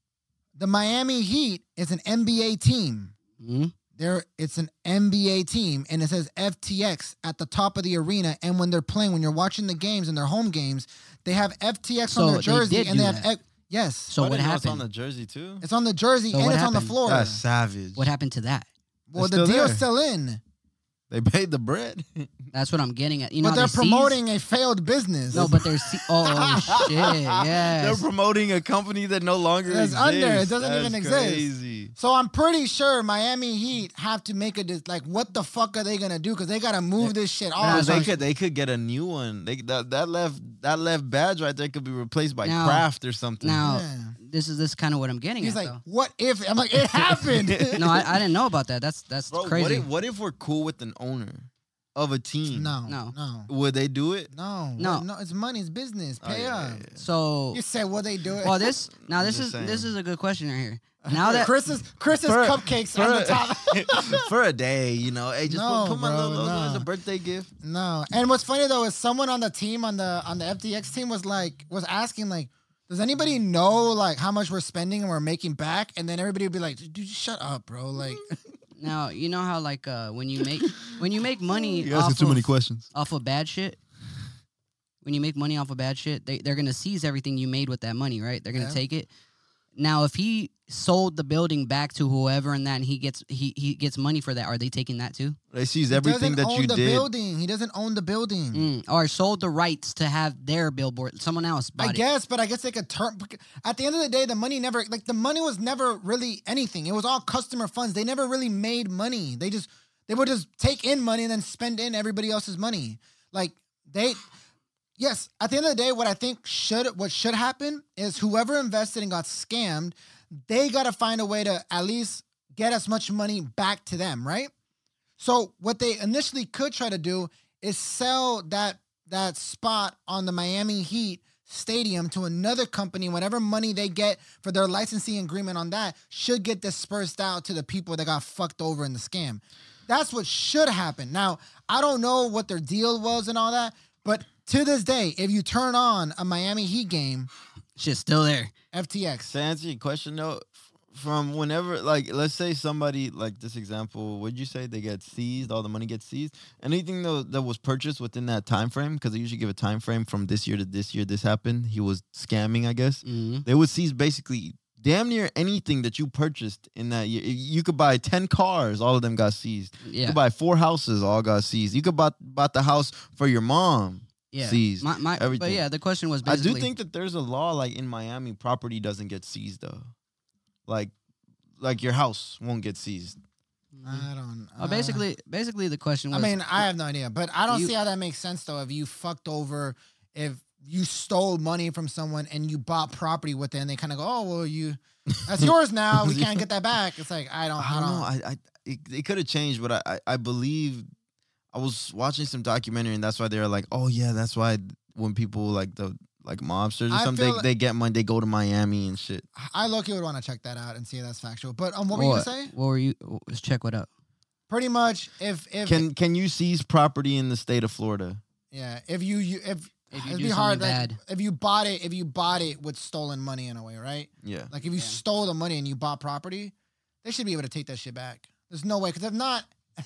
The Miami Heat is an NBA team. Mhm. There, it's an NBA team, and it says FTX at the top of the arena. And when they're playing, when you're watching the games and their home games, they have FTX So on they their jersey, did and they do have that. X- yes, So I what didn't know It's on happened? the jersey too. it's on the jersey So and what it's on the happened? floor. That's savage. what happened to that? well, it's the still deal's there. still in, They paid the bread. That's what I'm getting at. You know, but how they're they seize- promoting a failed business. No, but they're se- oh shit, They're yes. promoting a company that no longer That's exists. under, it doesn't That's even exist. Crazy. So I'm pretty sure Miami Heat have to make a dis- like what the fuck are they gonna do? Because they gotta move this shit Nah, off. Oh, they could they could get a new one. They that, that left that left badge right there could be replaced by Now- Kraft or something. now Yeah. this is this is kind of what I'm getting He's at like, what if? I'm like, it happened. though. No, I, I didn't know about that. That's that's Bro, What crazy. if, what if we're cool with an owner of a team? no, No. no, no, Would they do it? no, No. no. It's money. It's business. Oh, Pay yeah, up. yeah, yeah. so You said, will they do it? well this now I'm this just is this saying. is a good question right here. Now that Chris's Chris's For- cupcakes for on a- the top. for a day, you know. Hey, just No, put, put my bro, little logo as no. a birthday gift. no. And what's funny though is someone on the team on the on the FTX team was like was asking like. Does anybody know like how much we're spending and we're making back? And then everybody would be like, "Dude, shut up, bro!" Like, now you know how like uh when you make when you make money You off asking too of, many questions. off of bad shit. When you make money off of bad shit, they, they're gonna seize everything you made with that money, right? They're gonna Yeah. take it. Now, if he sold the building back to whoever and that, and he gets he he gets money for that, are they taking that too? They seize he everything doesn't that own you the did. building. He doesn't own the building. Mm, or sold the rights to have their billboard? Someone else bought I it. guess, but I guess they could turn. At the end of the day, the money never like the money was never really anything. It was all customer funds. They never really made money. They just they would just take in money and then spend in everybody else's money. Like they, yes. At the end of the day, what I think should what should happen is whoever invested and got scammed, they got to find a way to at least get as much money back to them, right? So what they initially could try to do is sell that that spot on the Miami Heat stadium to another company. Whatever money they get for their licensing agreement on that should get dispersed out to the people that got fucked over in the scam. That's what should happen. Now, I don't know what their deal was and all that, but to this day, if you turn on a Miami Heat game, Shit's still there. FTX. To answer your question though, f- from whenever like let's say somebody like this example, would you say they get seized, all the money gets seized? Anything though that was purchased within that time frame, because they usually give a time frame from this year to this year this happened, he was scamming, I guess. Mm. They would seize basically damn near anything that you purchased in that year. You could buy ten cars, all of them got seized. You Yeah, could buy four houses, all got seized. You could buy bought the house for your mom. yeah. seized my, my, but everything. yeah, the question was I basically. do think that there's a law like in Miami, property doesn't get seized though. Like, like your house won't get seized. Mm. I don't. Oh, basically, basically the question I was. mean, I have no idea, but I don't You- see how that makes sense though. If you fucked over, if you stole money from someone and you bought property with it, and they kind of go, "Oh, well, you, that's yours now. We can't get that back." It's like I don't, I I don't know. don't. I, I it, it could have changed, but I, I, I believe I was watching some documentary, and that's why they were like, oh yeah, that's why when people like the like mobsters or I something, feel they, like- they get money, they go to Miami and shit. I look, you would want to check that out and see if that's factual. But um, what were you gonna say? What were you? Let's check what up. Pretty much, if if Can can you seize property in the state of Florida? yeah, if you you if. If you It'd do be hard. something Like, bad. if you bought it, if you bought it with stolen money in a way, right? Yeah, Like if you Yeah. stole the money and you bought property, they should be able to take that shit back. There's no way because if not,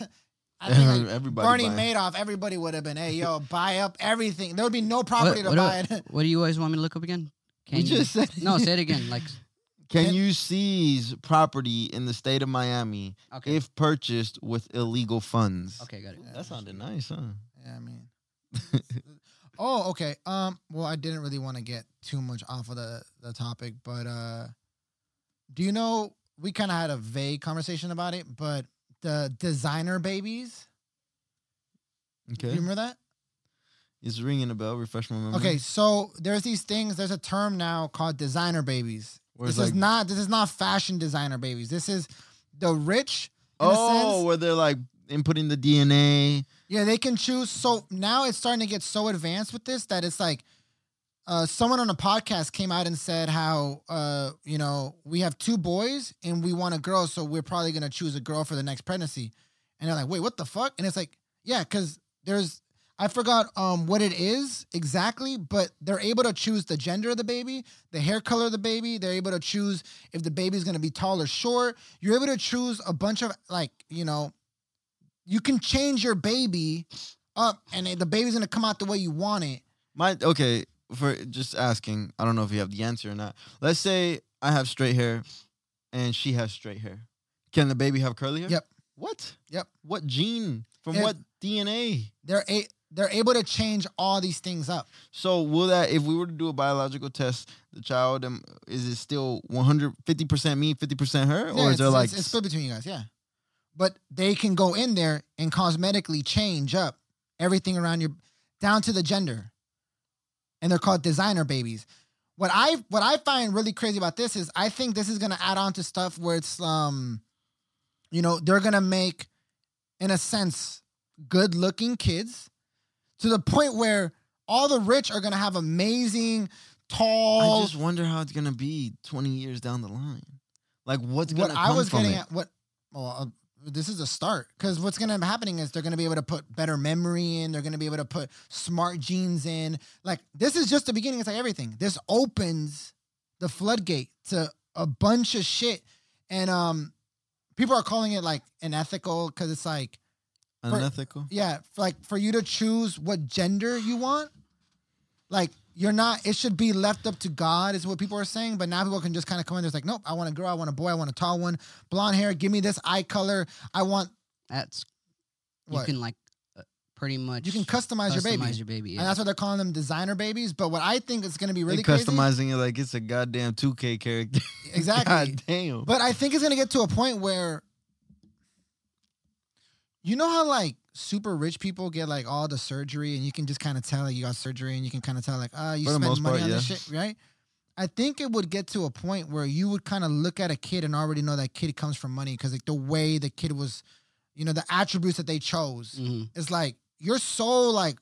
I think like, everybody. Bernie buying. Madoff, everybody would have been, hey, yo, buy up everything. There would be no property what, to what, buy it. what do you always want me to look up again? You just said no, say it again. Like Can Can- you seize property in the state of Miami okay, if purchased with illegal funds? okay, got it. That sounded nice, huh? Yeah, I mean. oh, okay. Um, well, I didn't really want to get too much off of the, the topic, but uh do you know we kind of had a vague conversation about it, but the designer babies, Okay. you remember that? It's ringing a bell. Refresh my memory. Okay, so there's these things. There's a term now called designer babies. Where this it's is like- not this is not fashion designer babies. This is the rich oh, sense. where they're like inputting the DNA. Yeah, they can choose. So now it's starting to get so advanced with this that it's like, uh, someone on a podcast came out and said how, uh, you know, we have two boys and we want a girl, so we're probably gonna choose a girl for the next pregnancy. And they're like, wait, what the fuck? And it's like, yeah, because there's, I forgot um what it is exactly, but they're able to choose the gender of the baby, the hair color of the baby. They're able to choose if the baby's gonna be tall or short. You're able to choose a bunch of like, you know, you can change your baby up and it- the baby's gonna come out the way you want it. My okay, for just asking, I don't know if you have the answer or not. Let's say I have straight hair and she has straight hair. Can the baby have curly hair? Yep. What? Yep. What gene? From If- what DNA? They're a- they're able to change all these things up. So will that if we were to do a biological test, the child um, is it still 150% me, 50% her Yeah, or is it's, there like it's, it's split between you guys, yeah. But they can go in there and cosmetically change up everything around your down to the gender. And they're called designer babies. What I what I find really crazy about this is I think this is gonna add on to stuff where it's um you know, they're gonna make in a sense good looking kids to the point where all the rich are gonna have amazing I tall just wonder how it's going to be 20 years down the line. Like what's going what to I come was from getting it? at what well uh, this is a start because what's gonna be happening is they're gonna be able to put better memory in they're gonna be able to put smart genes in like this is just the beginning it's like everything this opens the floodgate to a bunch of shit and um people are calling it like unethical because it's like Unethical? yeah f- like for you to choose what gender you want like you're not it should be left up to god is what people are saying but now people can just kind of come in there's like nope i want a girl i want a boy i want a tall one blonde hair give me this eye color i want That's What? you can like uh, pretty much you can customize, your baby customize your baby. and Yeah. that's what they're calling them designer babies but what i think is going to be really They crazy customizing it like it's a goddamn 2K character. exactly God damn. But I think it's gonna get to a point where you know how like super rich people get like all the surgery and you can just kind of tell like you got surgery and you can kind of tell like ah you For the spend most money part, on this shit right. I think it would get to a point where you would kind of look at a kid and already know that kid comes from money because like the way the kid was, you know, the attributes that they chose hmm is like you're so like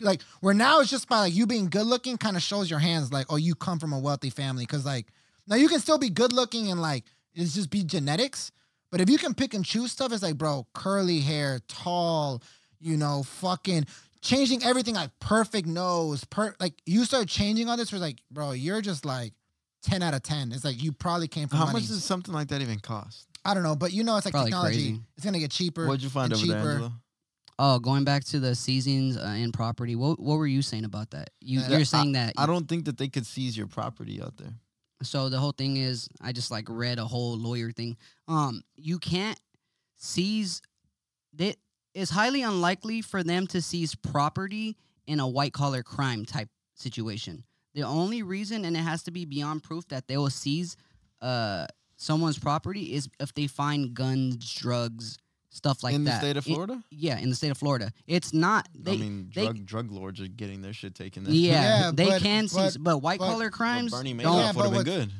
like where now it's just by like you being good looking kind of shows your hands like oh you come from a wealthy family because like now you can still be good looking and like it's just be genetics but if you can pick and choose stuff it's like bro curly hair tall you know fucking changing everything like perfect nose per like you start changing all this was like bro you're just like 10 out of 10 it's like you probably came from How money. much does something like that even cost? i don't know but you know it's like Probably technology crazy. it's gonna get cheaper What'd you find and over there, cheaper. Angelo? Oh, going back to the seasons uh, and property. What what were you saying about that? You Uh, I- you're saying that I don't think that they could seize your property out there. so the whole thing is i just like read a whole lawyer thing um you can't seize that it's highly unlikely for them to seize property in a white collar crime type situation the only reason and it has to be beyond proof that they will seize uh someone's property is if they find guns drugs stuff like in that the state of In- Florida? yeah in the state of florida it's not they I mean, they- drug drug lords are getting their shit taken. there. yeah, Yeah, they but- can seize but- but white but- collar Well, crimes Bernie don't- Madoff Yeah, would have but been good.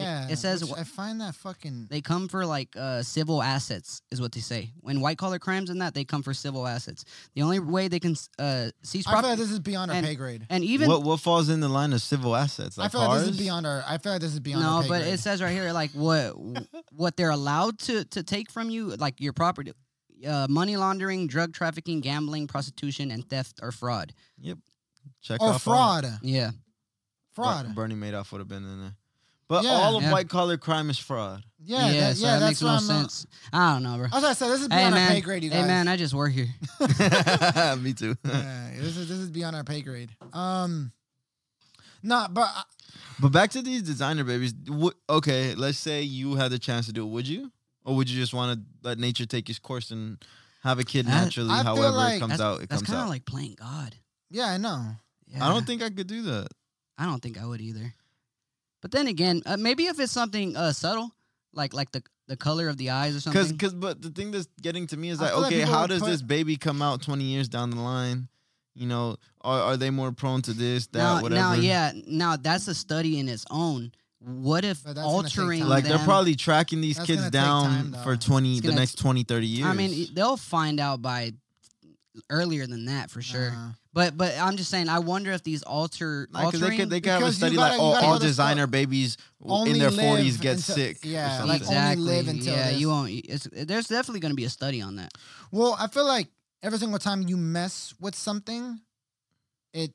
yeah it says which wh- i find that fucking They come for like uh, civil assets, is what they say. When white collar crimes and that, they come for civil assets. The only way they can uh, seize I feel property, like this is beyond our and- pay grade. and even what what falls in the line of civil assets? Like I feel cars? like this is beyond our. I feel like this is beyond. our no, pay but grade. it says right here like what what they're allowed to to take from you, like your property, uh, money laundering, drug trafficking, gambling, prostitution, and theft or fraud. Check or off all- Oh, fraud, Yeah, Ber- fraud. Bernie Madoff would have been in there. But Yeah. all of Yeah. white collar crime is fraud. yeah, that- yeah, so that that's makes what no I'm not- sense. I don't know, bro. I was gonna say this is Hey beyond our pay man, grade, you guys. hey man, I just work here. Me too. Yeah, this is this is beyond our pay grade. Um, no, but uh, I- But back to these designer babies. Wh- okay, let's say you had the chance to do it. Would you, or would you just want to let nature take its course and have a kid That- naturally? I feel however like- it comes That's- out, it That's comes kind of out. like playing God. yeah, I know. Yeah. I don't think I could do that. I don't think I would either. But then again, uh, maybe if it's something uh, subtle, like like the the color of the eyes or Cause, something. cause, but the thing that's getting to me is I like, feel like okay, people how would does put- this baby come out twenty years down the line? You know, are, are they more prone to this, that, now, whatever? now, yeah, now that's a study in its own. What if But that's gonna take altering time. Like they're them- probably tracking these That's kids gonna take down time, though. for 20 It's the gonna next 20 30 years. I mean, e- they'll find out by earlier than that for sure. Nah. But but I'm just saying, I wonder if these alter Like, Uh-huh. 'cause altering they could, they could have a Because you study gotta- like you oh, gotta all understand- designer babies w- in Only their live 40s get until- sick. or yeah, something. like, only exactly. live until yeah, this. you won't. It's, there's definitely going to be a study on that. Well, I feel like every single time you mess with something, it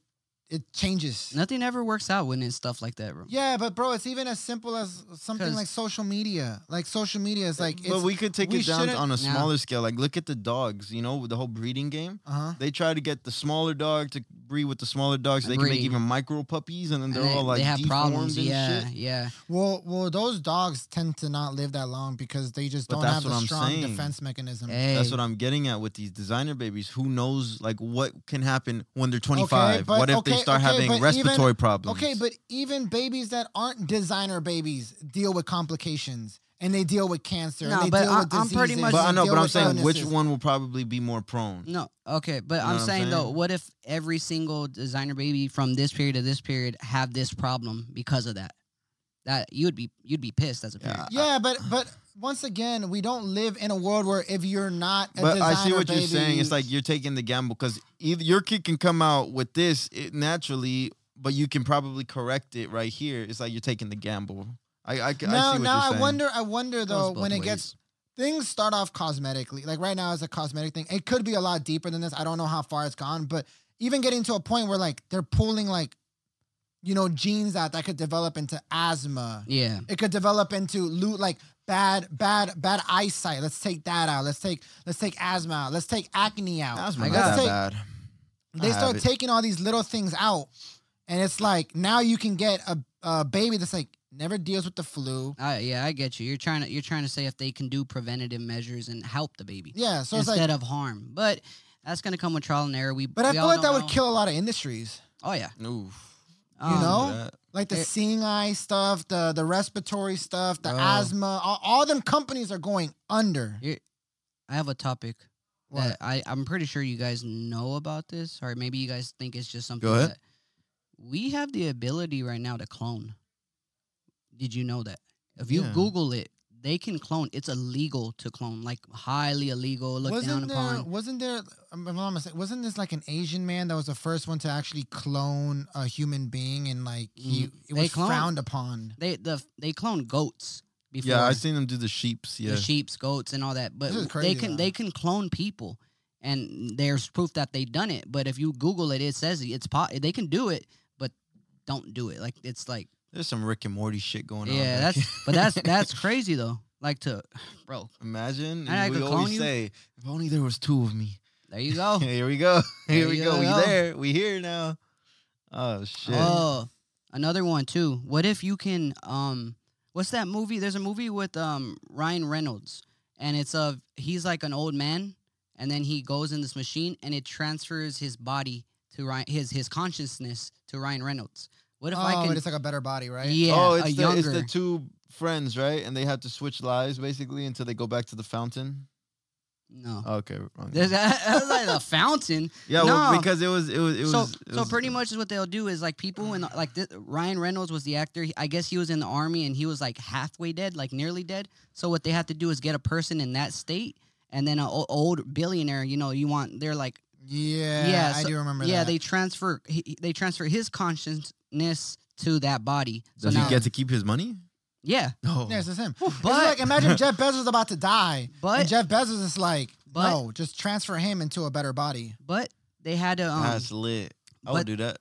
it changes. Nothing ever works out when it's stuff like that, bro. Yeah, but bro, it's even as simple as something 'Cause- like social media. Like social media is like, but it's, we could take we it down shouldn't- on a Yeah. smaller scale. Like look at the dogs, you know, with the whole breeding game. uh-huh. They try to get the smaller dog to breed with the smaller dogs. So they can make Breeding. even micro puppies, and then And they're they, all like they have deformed problems. and Yeah, shit. yeah. Well, well, those dogs tend to not live that long because they just But don't that's have the what I'm strong saying. defense mechanism. Hey, That's what I'm getting at with these designer babies. Who knows, like, what can happen when they're 25? but- what if they okay, start okay, having but even- respiratory problems? Okay, but even babies that aren't designer babies deal with complications and they deal with cancer. No, and they but deal I- with I'm pretty diseases, much- but they I know, deal but I'm with saying which illnesses. one will probably be more prone. No, okay, but know I'm what I'm saying though, saying? what if every single designer baby from this period to this period have this problem because of that? That you'd be you'd be pissed as a parent. Yeah, but but once again, we don't live in a world where if you're not a But I see designer what you're saying. It's baby- like you're taking the gamble because either your kid can come out with this it, naturally, but you can probably correct it right here. It's like you're taking the gamble. I, I, c- I no, see what no. you're saying. I wonder. I wonder Goes though both when it ways. gets things start off cosmetically. Like right now, it's a cosmetic thing. It could be a lot deeper than this. I don't know how far it's gone, but even getting to a point where like they're pulling like, you know, genes out that could develop into asthma. yeah, It could develop into loot like bad, bad, bad eyesight. Let's take that out. Let's take let's take asthma out. Let's take acne out. That's I not that got- Let's bad. I they have start it. taking all these little things out, and it's like now you can get a, a baby that's like never deals with the flu. I, yeah, I get you. You're trying to you're trying to say if they can do preventative measures and help the baby Yeah, so it's like, instead of harm, but that's gonna come with trial and error. We but I we feel all like that don't would know. kill a lot of industries, Oh yeah, Oof. you know, Yeah. like the It- seeing eye stuff, the the respiratory stuff, the Bro. asthma. All, all them companies are going under. I have a topic. What? that I, I'm pretty sure you guys know about this, or maybe you guys think it's just something Go ahead. that we have the ability right now to clone. Did you know that? If you Yeah. Google it, they can clone. It's illegal to clone, like highly illegal, looked down wasn't there? upon. Wasn't there? I'm I'm not mistaken, wasn't this like an Asian man that was the first one to actually clone a human being and like he Mm. it They was cloned- frowned upon? They the they clone goats before. Yeah, I've seen them do the sheeps. Yeah. the sheep's, goats, and all that. But This is they crazy, can though. they can clone people, and there's proof that they done it. But if you Google it, it says it's po- they can do it, but don't do it. Like it's like. There's some Rick and Morty shit going on. Yeah, back that's but that's that's crazy though. Like to, bro. Imagine I and we could always clone you. say, if only there was two of me. There you go. Here we go. Here There we you go. We go. there. We here now. Oh shit. Oh, another one too. What if you can? Um, what's that movie? There's a movie with um Ryan Reynolds, and it's of he's like an old man, and then he goes in this machine, and it transfers his body to Ryan, his his consciousness to Ryan Reynolds. What if oh, I can? and it's like a better body, right? yeah, oh, a it's the, younger. it's the two friends, right? And they have to switch lives basically until they go back to the fountain. no. Okay, wrong. There's that's like a fountain. yeah, well, no. because it was it was it was. so, it so was- pretty much is what they'll do is like people in the, like this, Ryan Reynolds was the actor. He- I guess he was in the army and he was like halfway dead, like nearly dead. So what they have to do is get a person in that state and then an old billionaire. You know, you want they're like Yeah, Yeah, I so- do remember yeah, that. they transfer he, he- they transfer his consciousness to that body. So Does now, he get to keep his money? yeah, No. Yeah, it's just him. It's but- like imagine Jeff Bezos about to die, and but Jeff Bezos is like, but- no, just transfer him into a better body. but they had to. Um, That's oh, lit. I would but- do that.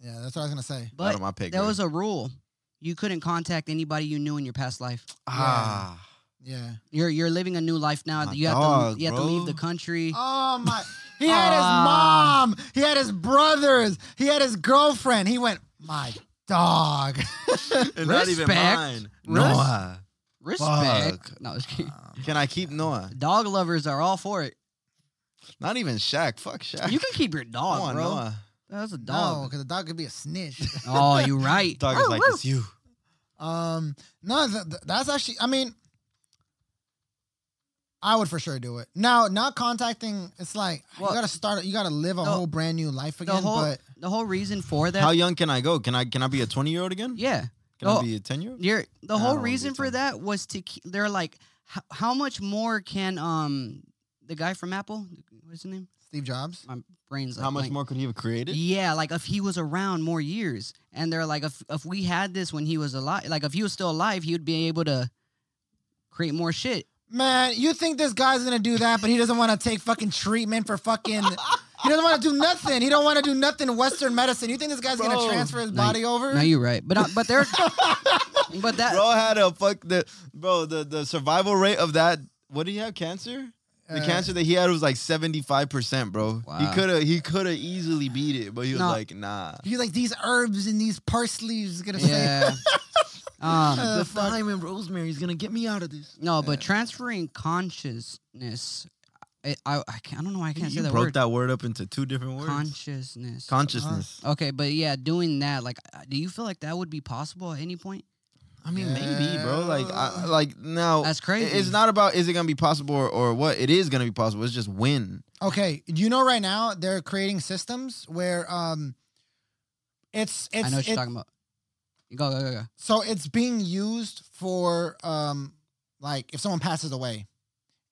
Yeah, that's what I was gonna say. Out but of my pay there grade. was a rule: you couldn't contact anybody you knew in your past life. ah. Yeah. You're you're living a new life now. My you have dog, to you have to leave bro. the country. Oh my! He had his Ah. mom. He had his brothers. He had his girlfriend. He went, my dog. And not even Respect. mine. Res- Noah. Respect. Fuck. No, I was kidding. Can I keep Noah? dog lovers are all for it. Not even Shaq. Fuck Shaq. You can keep your Come dog, on, bro. Noah. That's a no, dog. because a dog could be a snitch. Oh, you're right. Dog is like it's you. um, no, th- th- that's actually. I mean, I would for sure do it. Now, not contacting. It's like Well, you gotta start. You gotta live a the- whole brand new life the again. whole but the whole reason for that. How young can I go? Can I can I be a twenty year old again? yeah, Can Oh. I be a ten year old? You're, the I whole don't wanna be reason for told. that was to keep, they're like, how, how much more can um the guy from Apple, what's his name? Steve Jobs. My brain's like How much blank. more could he have created? Yeah, like if he was around more years, and they're like, if if we had this when he was alive, like if he was still alive, he would be able to create more shit. Man, you think this guy's gonna do that, but he doesn't want to take fucking treatment for fucking. He doesn't want to do nothing. He don't want to do nothing Western medicine. You think this guy's Bro. gonna transfer his No, body over? No, you're right, but uh, but they're but that Bro had a fuck the bro the the survival rate of that. What did he have? Cancer. The Uh, cancer that he had was like seventy five percent, bro. He Wow. could have he could have easily beat it, but he was No. like, nah. He's like these herbs and these parsley's gonna say. yeah. um, Uh, fuck. and rosemary is gonna get me out of this. no, but transferring consciousness, I I, I, can't, I don't know why I can't you say that broke word. that word up into two different words. Consciousness. Consciousness. okay, but yeah, doing that, like, uh, do you feel like that would be possible at any point? I mean, maybe, bro. Like, I, Yeah. like now, That's crazy. It's Oh, not about is it gonna be possible or, or what. It is gonna be possible. It's just when. Okay, you know right now they're creating systems where um, it's it's I know what you're it- talking about. Go go go go. so it's being used for um like if someone passes away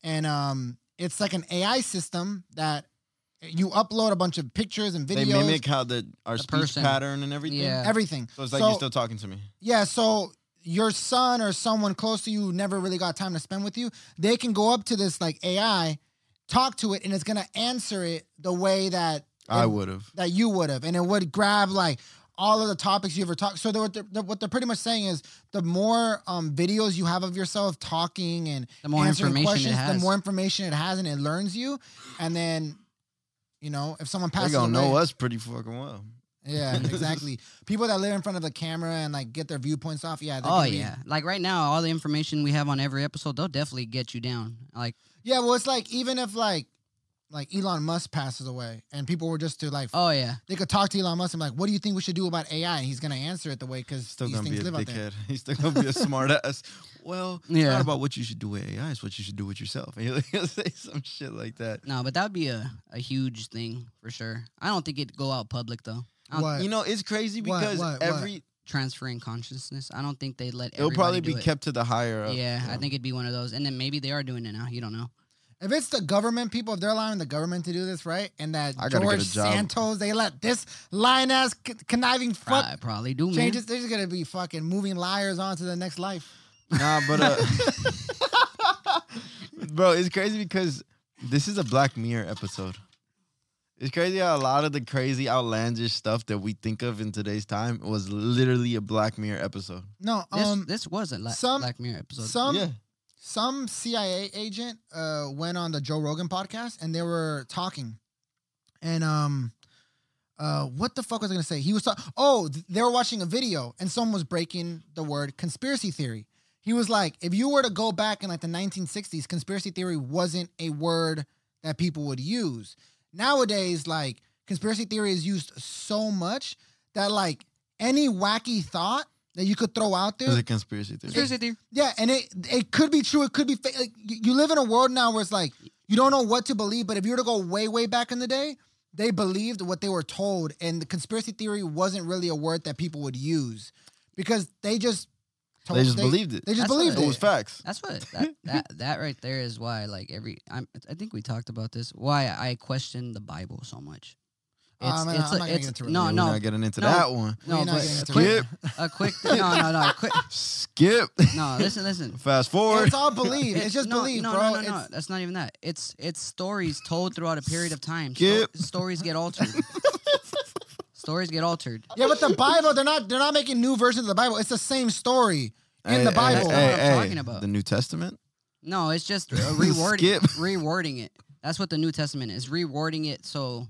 and um it's like an ai system that you upload a bunch of pictures and They videos mimic how the our The speech person. pattern and everything. Yeah. everything So it's like you're still talking to me. yeah so your son or someone close to you who never really got time to spend with you they can go up to this like ai talk to it and it's gonna answer it the way that I it- would have. that you would have, and it would grab like all of the topics you ever talked. So they what they're, what they're pretty much saying is the more um, videos you have of yourself talking and The more answering information questions, it the has. more information it has, and it learns you. And then, you know, if someone They passes gonna away, know us pretty fucking well. yeah, exactly. People that live in front of the camera and like get their viewpoints off, yeah, they're Oh gonna be- yeah, like right now, all the information we have on every episode, they'll definitely get you down. Like, yeah. Well, it's like even if like like Elon Musk passes away, and people were just to like. oh yeah, They could talk to Elon Musk and be like, "What do you think we should do about AI?" And he's gonna answer it the way because Still these gonna be things a live out there. dickhead. He's still gonna be a smart ass. Well, it's Yeah. not about what you should do with AI. It's what you should do with yourself. And he'll, he'll say some shit like that. no, but that would be a, a huge thing for sure. I don't think it'd go out public though. I don't- What? You know, it's crazy What, because what, what? every Transferring consciousness, I don't think they'd let. it'll probably everybody be do it. kept to the higher up. Yeah, you I know. think it'd be one of those, and then maybe they are doing it now. You don't know. If it's the government people, if they're allowing the government to do this, right? And that I gotta get a George job. Santos, they let this lying ass c- conniving fuck Probably, probably do. Man. changes. They're just gonna be fucking moving liars on to the next life. Nah, but uh, bro, it's crazy because this is a Black Mirror episode. It's crazy how a lot of the crazy, outlandish stuff that we think of in today's time was literally a Black Mirror episode. No, This, um, this was a La- some- Black Mirror episode. some yeah, some CIA agent uh went on the Joe Rogan podcast and they were talking, and um. Uh, what the fuck was I gonna say? He was talking. Oh, th- they were watching a video, and someone was breaking the word conspiracy theory. He was like, if you were to go back in like the 1960s, conspiracy theory wasn't a word that people would use. Nowadays, like conspiracy theory is used so much that like any wacky thought that you could throw out there it's a conspiracy theory. Conspiracy theory. yeah, and it it could be true. It could be fake. Like, you you live in a world now where it's like you don't know what to believe. But if you were to go way way back in the day, they believed what they were told, and the conspiracy theory wasn't really a word that people would use because they just told, They just believed it. They just That's believed it was it. facts. That's what that, that that right there is why like every I'm, I think we talked about this why I question the Bible so much. It's, Um, I'm it's, not a, gonna it's get into no Yeah, Oh, no We're not getting into no. that one. We're no not getting but into Skip, a quick a quick no no no quick skip. no listen listen Fast forward. It's all belief. It's just no, belief, no, bro. No, no, no, It's- that's not even that. It's it's stories told throughout a period of time. Skip. stories get altered. stories get altered. yeah, but the Bible, they're not they're not making new versions of the Bible. It's the same story in the Bible. hey, That's what I'm talking about. The New Testament. No, it's just uh, rewording Skip. rewording it. That's what the New Testament is rewording it. So,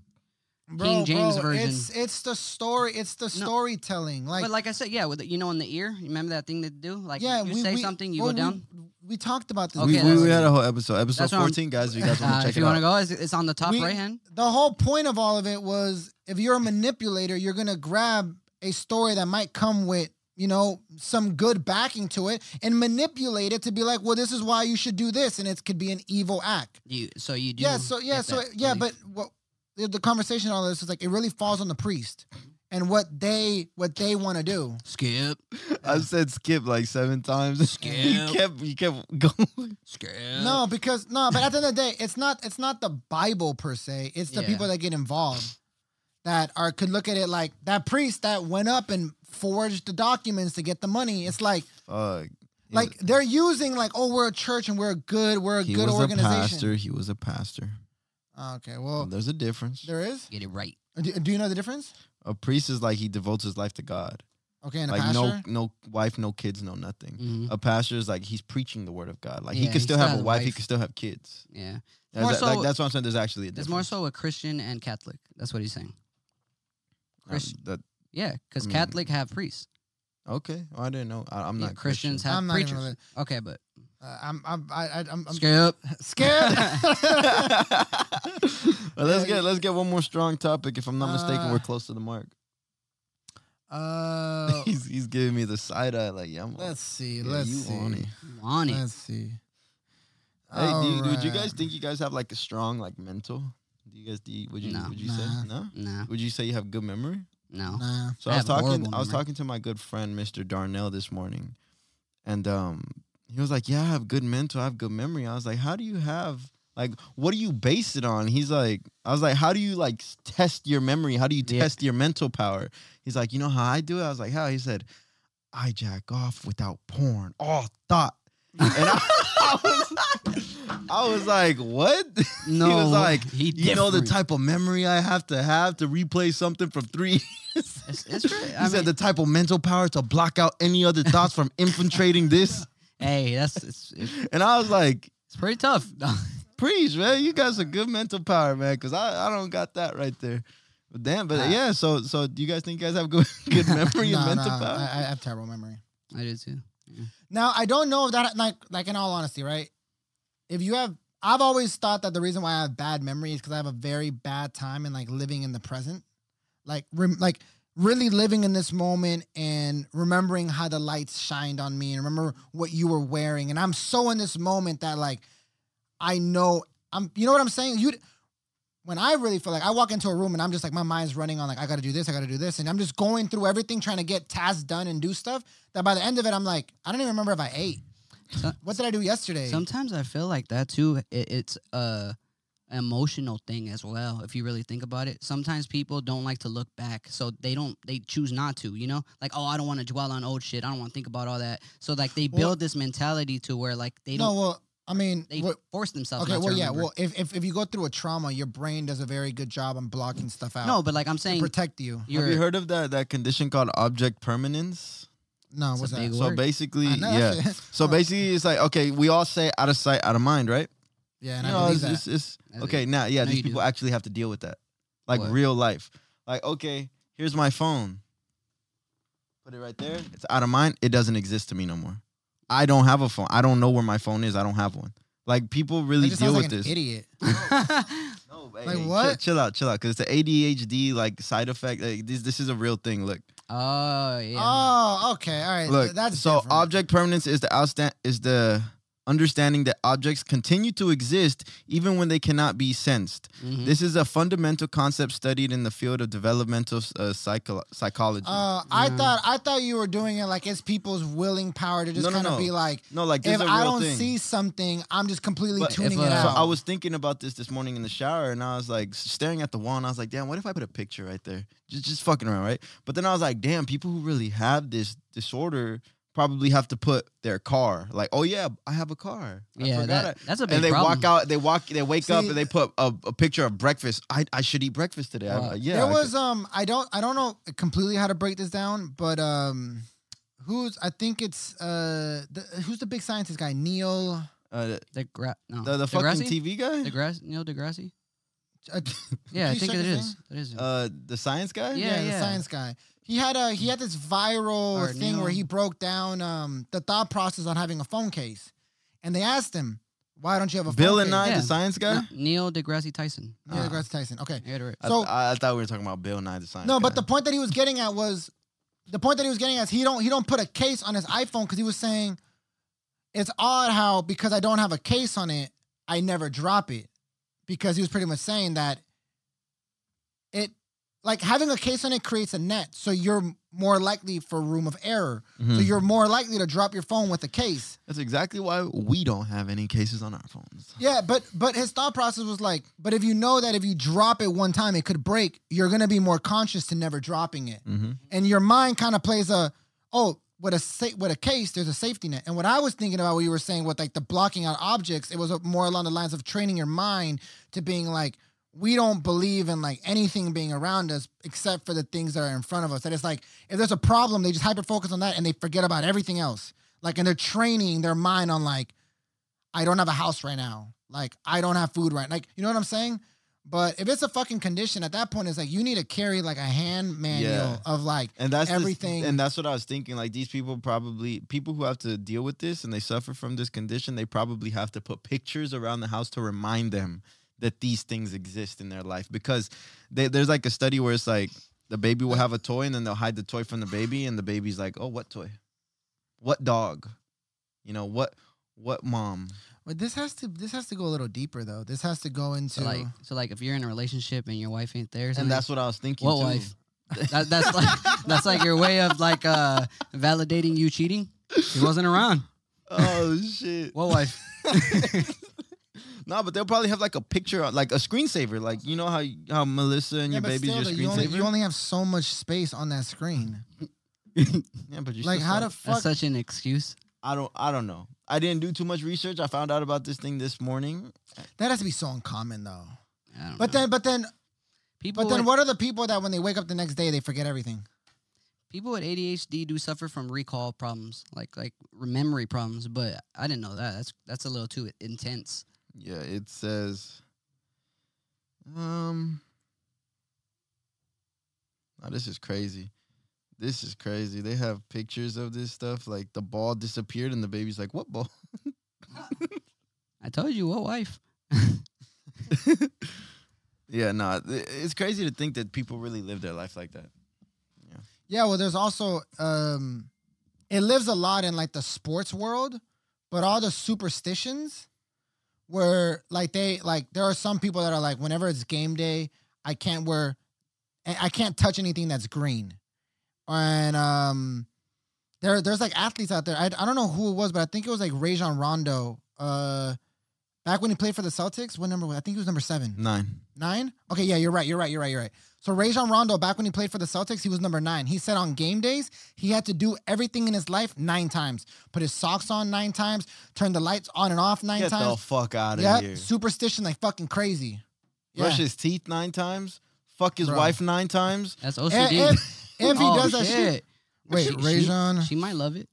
bro, King James bro, Version. It's it's the story. It's the storytelling. Like but like I said, yeah, with the, you know, in the ear. Remember that thing they do? Like you say something, you well, go we- down. We talked about this. we, Okay, before. we, that's- we had a whole episode, episode that's what I'm- 14, guys. If you guys Uh, want to if check you it want out. to go, it's, it's on the top We- right hand. the whole point of all of it was if you're a manipulator, you're gonna grab a story that might come with you know some good backing to it and manipulate it to be like, well, this is why you should do this, and it could be an evil act. You so you do. yeah. So yeah. get So that yeah. relief. But what the, the conversation on all this is like it really falls on the priest. and what they what they want to do. Skip, I said skip like seven times. you Skip. kept you kept going. skip. No, because no, but at the end of the day, it's not it's not the Bible per se. It's the Yeah. people that get involved that are could look at it like that priest that went up and forged the documents to get the money. It's like Fuck. like they're using like oh we're a church and we're good we're a he good was a organization. Ah, pastor. He was a pastor. okay, Oh. well There's a difference. there is. Get it right. Do, do you know the difference? A priest is like he devotes his life to God. Okay, and a Like pastor. no no wife, no kids, no nothing. Mhm. A pastor is like he's preaching the word of God. Like he Yeah, could he still still have has a a wife, he wife. could still have kids. Yeah, That's, More that- like, so- that's what I'm saying. There's actually a difference. it's more so a Christian and Catholic. That's what he's saying. Um, Christ- that, Yeah, I because mean- Catholic have priests. okay, well, I didn't know. I, I'm Yeah, not Christians have I'm not even preachers. really- okay, but Uh, I'm I'm I, I- I'm, I'm skip. scared. Well, let's Yeah, get let's get one more strong topic. If I'm not mistaken, Uh, we're close to the mark. uh, he's he's giving me the side eye like, yeah, I'm let's see. yeah, let's you see. on it. Want it. Let's see. Hey, do you, would you Alright. guys think you guys have like a strong like mental? Do you guys do? You, would you No. would you Nah. say no? No, Would you say you have good memory? no. Nah. So I I, was have talking horrible I was memory. talking to my good friend Mr. Darnell this morning and um he was like, "Yeah, I have good mental, I have good memory." I was like, "How do you have like what do you base it on?" He's like, I was like, "How do you like s- test your memory? How do you Yeah. test your mental power?" He's like, "You know how I do it?" I was like, "How?" He said, "I jack off without porn. All thought." And I, I was I was like, "What?" No, he was like, he "You know the different. type of memory I have to have to replay something from 3 years." It's, it's true. He I said mean, the type of mental power to block out any other thoughts from infiltrating this. hey, that's it's, it's And I was like, it's pretty tough. preach, man. You got some good mental power, man, because I, I don't got that right there. But damn, but Ah. yeah, so so do you guys think you guys have good good memory and Nah, mental nah, power? I, I have terrible memory. I do too. Now I don't know if that like like in all honesty, right? If you have I've always thought that the reason why I have bad memory is because I have a very bad time in like living in the present. Like rem- like really living in this moment and remembering how the lights shined on me and remember what you were wearing. And I'm so in this moment that like I know I'm you know what I'm saying? You when I really feel like I walk into a room and I'm just like my mind's running on like I gotta do this, I gotta do this, and I'm just going through everything trying to get tasks done and do stuff. That by the end of it, I'm like, I don't even remember if I ate. So- what did I do yesterday? Sometimes I feel like that too. It, it's a emotional thing as well. If you really think about it, sometimes people don't like to look back, so they don't. They choose not to. You know, like oh, I don't want to dwell on old shit. I don't want to think about all that. So like they Well- build this mentality to where like they no, don't. well, I mean, they what- force themselves. okay, not to well, yeah, remember. well, if, if if you go through a trauma, your brain does a very good job on blocking stuff out. no, but like I'm to saying, protect you. you're, have you heard of that that condition called object permanence? No, It's a what's that? big So Word. basically, I know that yeah. shit. So basically, it's like okay, we all say out of sight, out of mind, right? yeah, and You I know, believe it's, that. it's- it's- That's okay, now yeah, No, these you do. people actually have to deal with that, like What? real life. Like okay, here's my phone. Put it right there. It's out of mind. It doesn't exist to me no more. I don't have a phone. I don't know where my phone is. I don't have one. Like people That really just deal sounds like with an this. idiot. No, Like, chill- what? Chill, out, chill out, because it's an ADHD like side effect. Like, this this is a real thing. Look, oh yeah, Oh, okay, all right. look. th- that's so different. object permanence is the outstand is the understanding that objects continue to exist even when they cannot be sensed. Mm-hmm. Mhm. This is a fundamental concept studied in the field of developmental uh, psycho- psychology. Uh, I Yeah. thought I thought you were doing it like it's people's willing power to just No, no, kind of no. be like, no, like this if is a real I don't thing. see something, I'm just completely But if, tuning uh, it so out. I was thinking about this this morning in the shower, and I was like staring at the wall, and I was like, "Damn, what if I put a picture right there? Just, just fucking around, right?" But then I was like, "Damn, people who really have this disorder probably have to put their car. Like, oh yeah, I have a car. I yeah. forgot That, I-" that's a big and they problem. walk out. They walk. They wake up See- and they put a, a picture of breakfast. I, I should eat breakfast today. I- Wow. yeah, there I was um I don't I don't know completely how to break this down, but um who's I think it's uh the, who's the big scientist guy Neil could- uh, The gra- no. the, the fucking Degrassi? TV guy. Degrassi, Neil Degrassi. uh, Yeah, I Did you think check it his is. It is. Uh, the science guy. Yeah, the yeah. science guy. He had a he had this viral Or thing where Neil. he broke down um the thought process on having a phone case, and they asked him why don't you have a Bill phone and I, case? Yeah. the science guy. No, Neil deGrasse Tyson. Neil Uh, deGrasse Tyson. Okay, I got it right. I- So- I, I thought we were talking about Bill Nye the Science. No, but Guy. the point that he was getting at was the point that he was getting at is he don't he don't put a case on his iPhone because he was saying it's odd how because I don't have a case on it, I never drop it. Because he was pretty much saying that it like having a case on it creates a net, so you're more likely for room of error. So Mhm. you're more likely to drop your phone with a case. That's exactly why we don't have any cases on our phones. Yeah, but but his thought process was like, but if you know that if you drop it one time it could break, you're gonna be more conscious to never dropping it. Mm-hmm. and your mind kind of plays a oh with a sa- with a case there's a safety net and what i was thinking about what you were saying with like the blocking out objects it was a- more along the lines of training your mind to being like we don't believe in like anything being around us except for the things that are in front of us that it's like if there's a problem they just hyper focus on that and they forget about everything else like and they're training their mind on like i don't have a house right now like i don't have food right like you know what i'm saying but if it's a fucking condition at that point it's like you need to carry like a hand manual Yeah. of like And that's this- Everything. and that's what I was thinking. Like these people probably people who have to deal with this and they suffer from this condition, they probably have to put pictures around the house to remind them that these things exist in their life because they, there's like a study where it's like the baby will have a toy and then they'll hide the toy from the baby and the baby's like, "Oh, what toy? What dog? You know, what what mom?" But this has to this has to go a little deeper though. This has to go into So like, so like, if you're in a relationship and your wife ain't there, or something, And that's what I was thinking what too. wife? that, that's like that's like your way of like uh validating you cheating. She wasn't around. Oh shit. What wife? No, but they'll probably have like a picture, like a screensaver, like you know how how Melissa and Yeah, your but baby's still, your though, screensaver. you, only, you only have so much space on that screen. yeah, but you like still how saw the it. fuck? That's such an excuse. I don't I don't know. I didn't do too much research. I found out about this thing this morning. that has to be so uncommon though. I don't But know. then, but then, people but then, with- what are the people that when they wake up the next day they forget everything? people with ADHD do suffer from recall problems, like like memory problems. But I didn't know that. That's that's a little too intense. Yeah, it says um Oh, this is crazy. This is crazy. They have pictures of this stuff. Like the ball disappeared and the baby's like, "What ball?" I told you, what wife? Yeah, no. it's crazy to think that people really live their life like that. Yeah, well, there's also um, it lives a lot in like the sports world, but all the superstitions where like they like there are some people that are like whenever it's game day, I can't wear, I I can't touch anything that's green, and um, there there's like athletes out there. I I don't know who it was, but I think it was like Rajon Rondo. Uh, back when he played for the Celtics, what number? was- I think he was number seven. Nine. Nine? Okay, yeah, you're right. You're right. You're right. You're right. So Rajon Rondo, back when he played for the Celtics, he was number nine. He said on game days he had to do everything in his life nine times. Put his socks on nine times. Turn the lights on and off nine Get the times. fuck out of Yeah, here. superstition like fucking crazy. Yeah. Brush his teeth nine times. Fuck his Bro. wife nine times. That's And OCD. if, if he Oh, does that shit, shit. wait, She- she- Rajon. She might love it.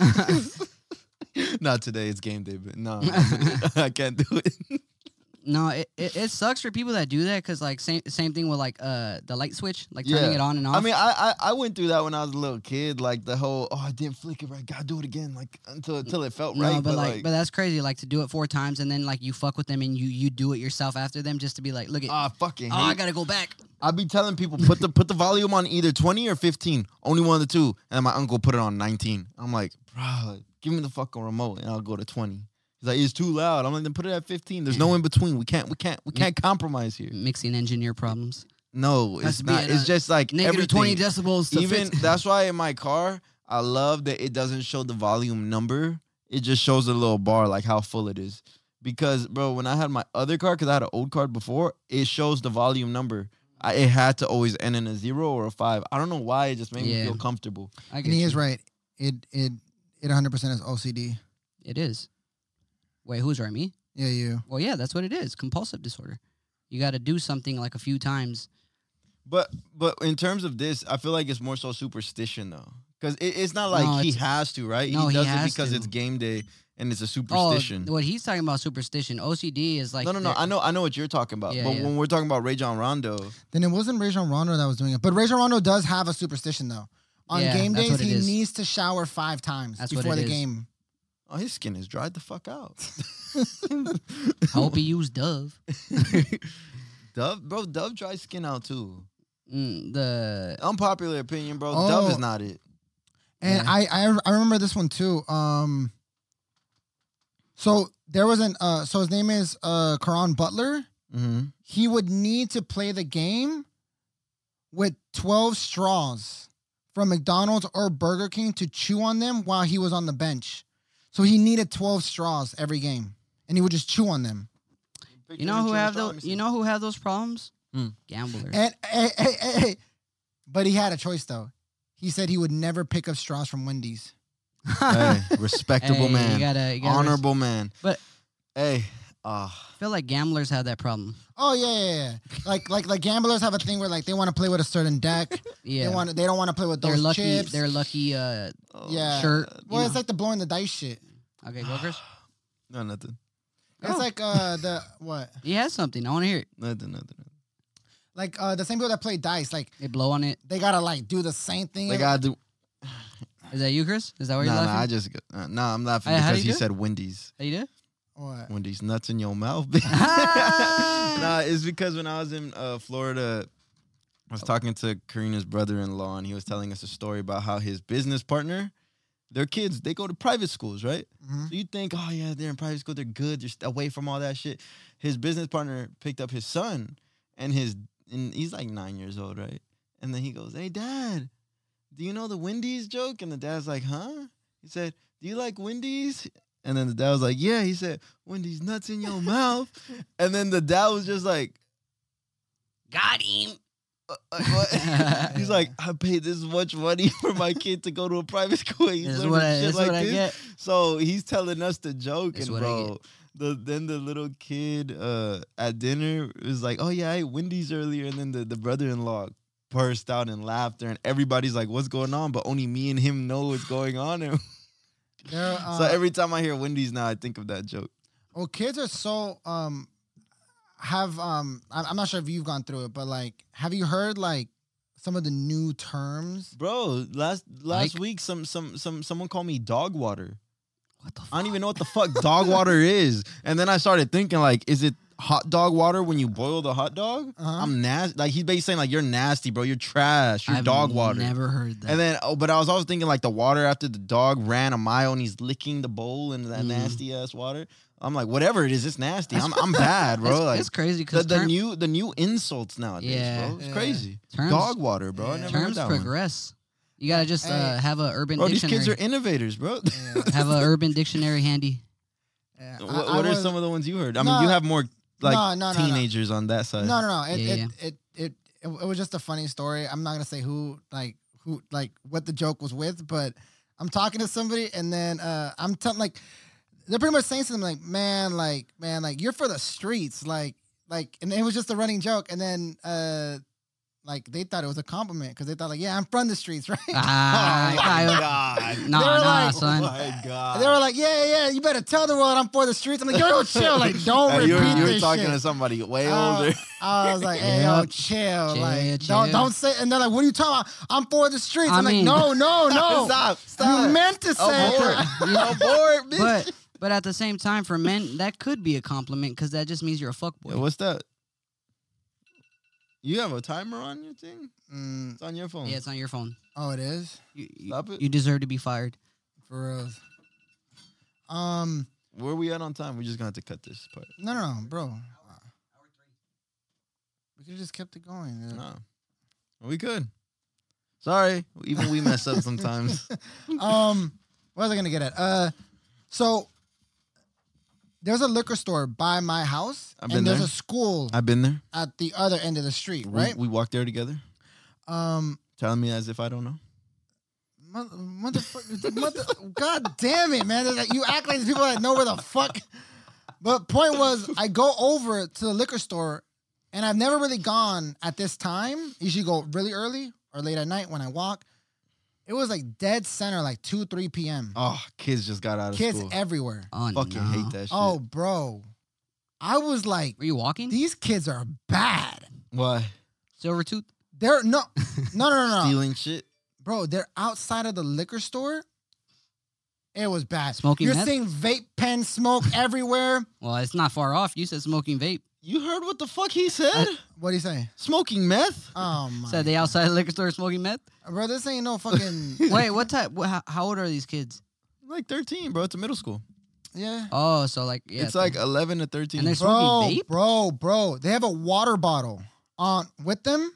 Not today. It's game day, but no, I can't do it. No, it, it, it sucks for people that do that because like same same thing with like uh the light switch, like turning Yeah. it on and off. I mean, I, I I went through that when I was a little kid. Like the whole, oh, I didn't flick it right. Gotta do it again. Like until until it felt no, right. but, like, but that's crazy. Like to do it four times and then like you fuck with them and you you do it yourself after them just to be like, look at, oh, ah, I fucking. I hate- gotta go back. I be telling people put the put the volume on either twenty or fifteen. Only one of the two. And my uncle put it on nineteen. I'm like, bro, give me the fucking remote, and I'll go to twenty. He's like, it's too loud. I'm like, then put it at fifteen. There's no in between. We can't we can't we can't compromise here. Mixing engineer problems. No, Has it's to be not. at It's a just like Negative twenty everything. decibels. To Even 50. that's why in my car, I love that it doesn't show the volume number. It just shows a little bar, like how full it is. Because, bro, when I had my other car, because I had an old car before, it shows the volume number. I, it had to always end in a zero or a five. I don't know why. It just made me Yeah. feel comfortable. I and get he you. is right. It it it 100 percent is OCD. It is. Wait, who's right? Me? Yeah, you. Well, yeah, that's what it is. Compulsive disorder. You got to do something like a few times. But, but in terms of this, I feel like it's more so superstition though, because it, it's not like No, he it's- has to, right? no, he he does it has because to. it's game day and it's a superstition. Oh, what he's talking about superstition. OCD is like no, no, no. they're- I know, I know what you're talking about. Yeah, but yeah. when we're talking about Ray John Rondo, Then it wasn't Rajon Rondo that was doing it, but Rajon Rondo does have a superstition though. On Yeah, game that's days, what it he is. needs to shower five times That's what before it the is. game. Oh, his skin is dried the fuck out. I hope he used Dove. Dove, bro, Dove dries skin out too. Mm, the Unpopular opinion, bro. Dove Oh. is not it. And Yeah. I, I I remember this one too. Um so there was an uh so his name is uh Karan Butler. Mm-hmm. He would need to play the game with 12 straws from McDonald's or Burger King to chew on them while he was on the bench. So he needed 12 straws every game and he would just chew on them. You know who have those? You know who have those problems? Hmm. Gamblers. And hey, hey, hey, hey. but he had a choice though. He said he would never pick up straws from Wendy's. Hey, respectable Hey, man, You gotta, you gotta res- honorable man. But- hey, ah, I feel like gamblers have that problem. Oh yeah, yeah, yeah. Like like like gamblers have a thing where like they want to play with a certain deck. Yeah, They want they don't want to play with are those lucky. chips. They're lucky. Uh, oh, Yeah. shirt. well, you it's know. like the blowing the dice shit. okay, go first. No, nothing, It's Oh. like uh the what? He has something. I want to hear it. nothing, nothing. nothing. Like uh the same people that play dice, like They blow on it. they gotta like do the same thing. Like I do. Is that you, Chris? Is that why No, nah, you're laughing? nah, I just uh, nah. I'm laughing Hey, how do because he you do it? said Wendy's. That you did? what? Wendy's nuts in your mouth. bitch. Ah. nah, it's because when I was in uh, Florida, I was talking to Karina's brother-in-law, and he was telling us a story about how his business partner, their kids, they go to private schools, right? Mhm. So you think, oh yeah, they're in private school, they're good, they're st- away from all that shit. His business partner picked up his son, and his and he's like nine years old, right? And then he goes, "Hey, dad, do you know the Wendy's joke?" And the dad's like, "Huh?" He said, "Do you like Wendy's?" And then the dad was like, "Yeah." He said, "Wendy's nuts in your mouth," and then the dad was just like. Got him. "Uh, uh, what?" He's like, I paid this much money for my kid to go to a private school. and He's This is learning what, I, shit this is like what I this. get. So he's telling us the joke, That's and what I bro, the then the little kid uh, at dinner was like, "Oh yeah, I ate Wendy's earlier," and then the, the brother-in-law burst out in laughter, and everybody's like, "What's going on?" But only me and him know what's going on. And They're, uh, so every time I hear Wendy's now, I think of that joke. Well, kids are so um have um I- I'm not sure if you've gone through it, but like have you heard like some of the new terms? Bro, last last Like- week, some some some someone called me dog water. What the fuck? I don't even know what the fuck dog water is. And then I started thinking, like, is it hot dog water when you boil the hot dog? Uh-huh. I'm nasty. Like he's basically saying, like, you're nasty, bro. You're trash. You're dog water. never heard that. And then, oh, but I was always thinking like the water after the dog ran a mile and he's licking the bowl and that Mm. nasty ass water. I'm like, whatever it is, it's nasty. I'm, I'm bad, bro. It's, Like it's crazy the, because the new the new insults nowadays, Yeah. bro. It's Yeah. crazy. terms, dog water, bro. I Yeah. never heard terms that one. progress. You gotta just uh, Hey. have a urban Bro, these dictionary. kids are innovators, bro. Yeah. have a urban dictionary handy. Yeah, I- What, I what are was- some of the ones you heard? I mean, No. you have more like No, no, no, no. teenagers on that side. No, no, no. It, Yeah, it, yeah. It, it it it was just a funny story. I'm not gonna say who like who like what the joke was with, but I'm talking to somebody and then uh I'm telling like they're pretty much saying something like, man, like man, like you're for the streets, like like, and it was just a running joke, and then uh like they thought it was a compliment because they thought like, yeah, I'm from the streets, right? Ah, I- Oh god. Oh Nah, They were nah, like, son. my god. They were like, yeah, yeah, you better tell the world I'm for the streets. I'm like, yo, yo, chill, like, don't Hey, repeat you were, you were this talking shit. to somebody way Uh, older. I was like, hey, yo, Yep. chill. Chill, like, Don't, chill. don't say, and they're like, what are you talking about? I'm for the streets. I I'm mean- like, no, no, no. stop, stop. Oh, You meant to say Abort. that. Abort, bitch. but but at the same time, for men, that could be a compliment because that just means you're a fuckboy. Yo, what's that? You have a timer on your thing? Mm, It's on your phone. yeah, it's on your phone. oh, it is? You, you, Stop it. you deserve to be fired. For real. Um, Where we at on time? We're just gonna have to cut this part. no, no, no, bro. We could have just kept it going. dude. No. We could. Sorry. Even we mess up sometimes. um, what was I gonna get at? Uh, so there's a liquor store by my house, I've been and there's there. a school I've been there. at the other end of the street, We- right? We, walked there together. Um, Telling me as if I don't know. mother, motherfucker, mother, God damn it, man! They're Like, you act like these people that know where the fuck. But point was, I go over to the liquor store, and I've never really gone at this time. Usually go really early or late at night when I walk. It was like dead center, like two, three p.m. Oh, kids just got out of Kids school. everywhere. Oh, Fucking no. hate that shit. Oh, bro. I was like, Were you walking? these kids are bad. why? Silver tooth? They're no, no, no, no, no. Stealing shit. bro. They're outside of the liquor store. It was bad. Smoking You're meth? seeing vape pen smoke everywhere. Well, it's not far off. You said smoking vape. You heard what the fuck he said? I- What do you say? Smoking meth? Uh, Oh my, Said they outside the liquor store smoking meth. bro. This ain't no fucking. Wait, what type? What, how, how old are these kids? Like 13, bro. It's a middle school. yeah, Oh, so like yeah, it's like 11 to 13. And there's- bro, smoking vape? bro, bro. They have a water bottle on with them,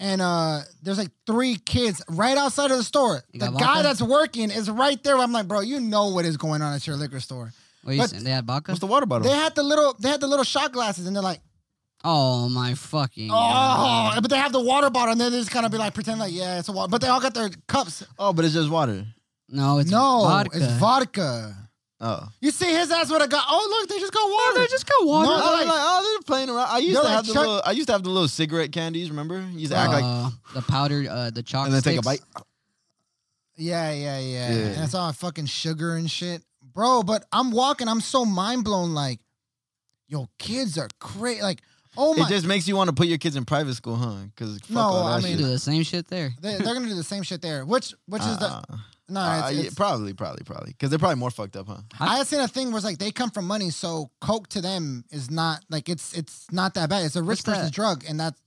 and uh there's like three kids right outside of the store. You The got guy vodka? that's working is right there. I'm like, bro, you know what is going on at your liquor store. What you But- saying? They had vodka. What's the water bottle? They had the little they had the little shot glasses and they're like, oh my fucking! oh, God. but they have the water bottle and then they just kind of be like pretend like yeah it's a water, but they all got their cups. oh, but it's just water. no, it's no, vodka. it's vodka. Oh. You see his ass would have got. Oh look, they just got Oh, water. they just got water. No, Oh, they're like, like- oh, they're playing around. I used They're to like have the Chuck- little. I used to have the little cigarette candies. Remember? You used to act like Uh, the powder, uh, the chocolate. and then take a bite. Yeah, yeah, yeah. Yeah. And it's all fucking sugar and shit. Bro, but I'm walking, I'm so mind blown, like, yo, kids are crazy. Like, oh my It just makes you want to put your kids in private school, huh? Because No, I mean- Do the same shit there. they, they're gonna do the same shit there. Which which is Uh-uh. the uh, no, it's, it's- Uh, probably, probably, probably. Because they're probably more fucked up, huh? I had seen a thing where it's like they come from money, so Coke to them is not like it's it's not that bad. It's a rich What's that? person's drug, and that's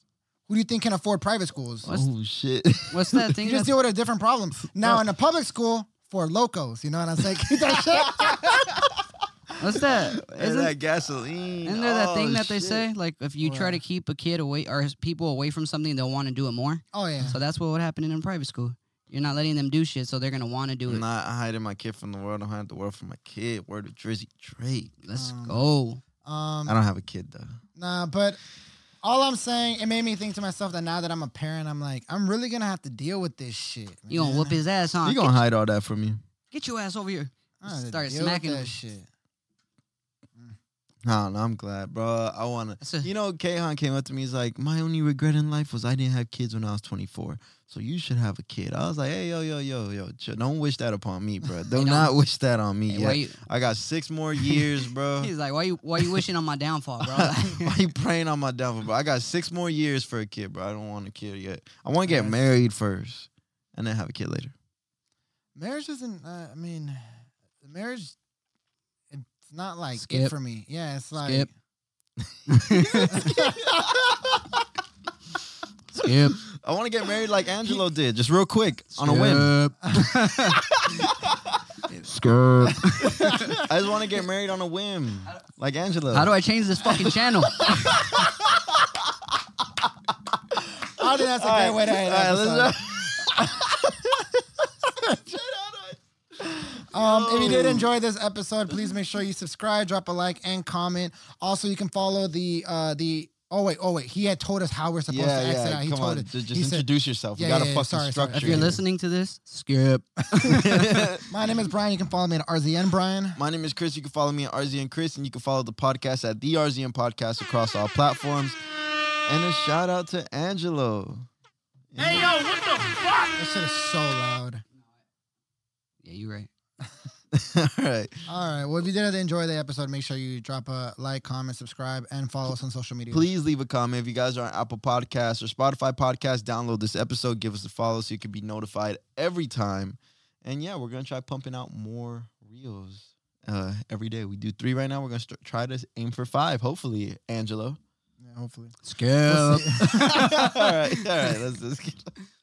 who do you think can afford private schools? What's- oh shit! What's that thing? You just that's- deal with a different problem. Now Well- in a public school for locos, you know what I'm saying? Keep that shit. What's that? and Isn't, that gasoline. isn't there that Oh, thing that they shit. say? Like, if you try What? to keep a kid away or his people away from something, they'll want to do it more. Oh yeah. So that's what would happen in a private school. You're not letting them do shit, so they're gonna want to do it. I'm not hiding my kid from the world. I'm hiding the world from my kid. Word of Drizzy Drake. Let's Um, go. Um I don't have a kid though. Nah, but all I'm saying, it made me think to myself that now that I'm a parent, I'm like, I'm really gonna have to deal with this shit. You gonna man. whoop his ass, huh? You gonna hide all that from you? Get your ass over here. I'm gonna have to Start deal with smacking that him. shit. No, no, I'm glad, bro. I wanna. That's a- You know, Kahan came up to me. He's like, my only regret in life was I didn't have kids when I was 24. So you should have a kid. I was like, hey, yo, yo, yo, yo, chill. don't wish that upon me, bro. Do don't. not wish that on me. Hey, yeah. Uh. why you, I got six more years, bro. he's like, why you, why you wishing on my downfall, bro? Why you praying on my downfall, bro? I got six more years for a kid, bro. I don't want a kid yet. I want to get Yes. married first, and then have a kid later. Marriage isn't. Uh, I mean, marriage. It's not like it Skip. for me. Yeah, it's like. Skip. Skip. I want to get married like Angelo did, just real quick on a whim. Skip. I just want to get married on a whim, like Angelo. How do I change this fucking channel? I think that's a All great right, way to end all right, episode. let's- Um, if you did Yo. enjoy this episode, please make sure you subscribe, drop a like, and comment. Also, you can follow the uh the. Oh wait, oh wait. He had told us how we're supposed yeah, to exit out. yeah. He Come told on, us. ju- just he said- introduce yourself. Yeah, you got yeah, a yeah, fucking sorry, sorry. structure. If you're listening to this, skip. My name is Brian. You can follow me at RZN Brian. My name is Chris. You can follow me at RZN Chris, and you can follow the podcast at the RZN Podcast across all platforms. And a shout out to Angelo. Hey yo, what the fuck? This shit is so loud. Yeah, you right. all right. All right. Well, if you did enjoy the episode, make sure you drop a like, comment, subscribe, and follow us on social media. Please leave a comment. If you guys are on Apple Podcasts or Spotify Podcasts, download this episode. Give us a follow so you can be notified every time. And yeah, we're going to try pumping out more reels uh, every day. We do three right now. We're going to st- try to aim for five, hopefully, Angelo. Yeah, hopefully. Skip. all right. All right. Let's just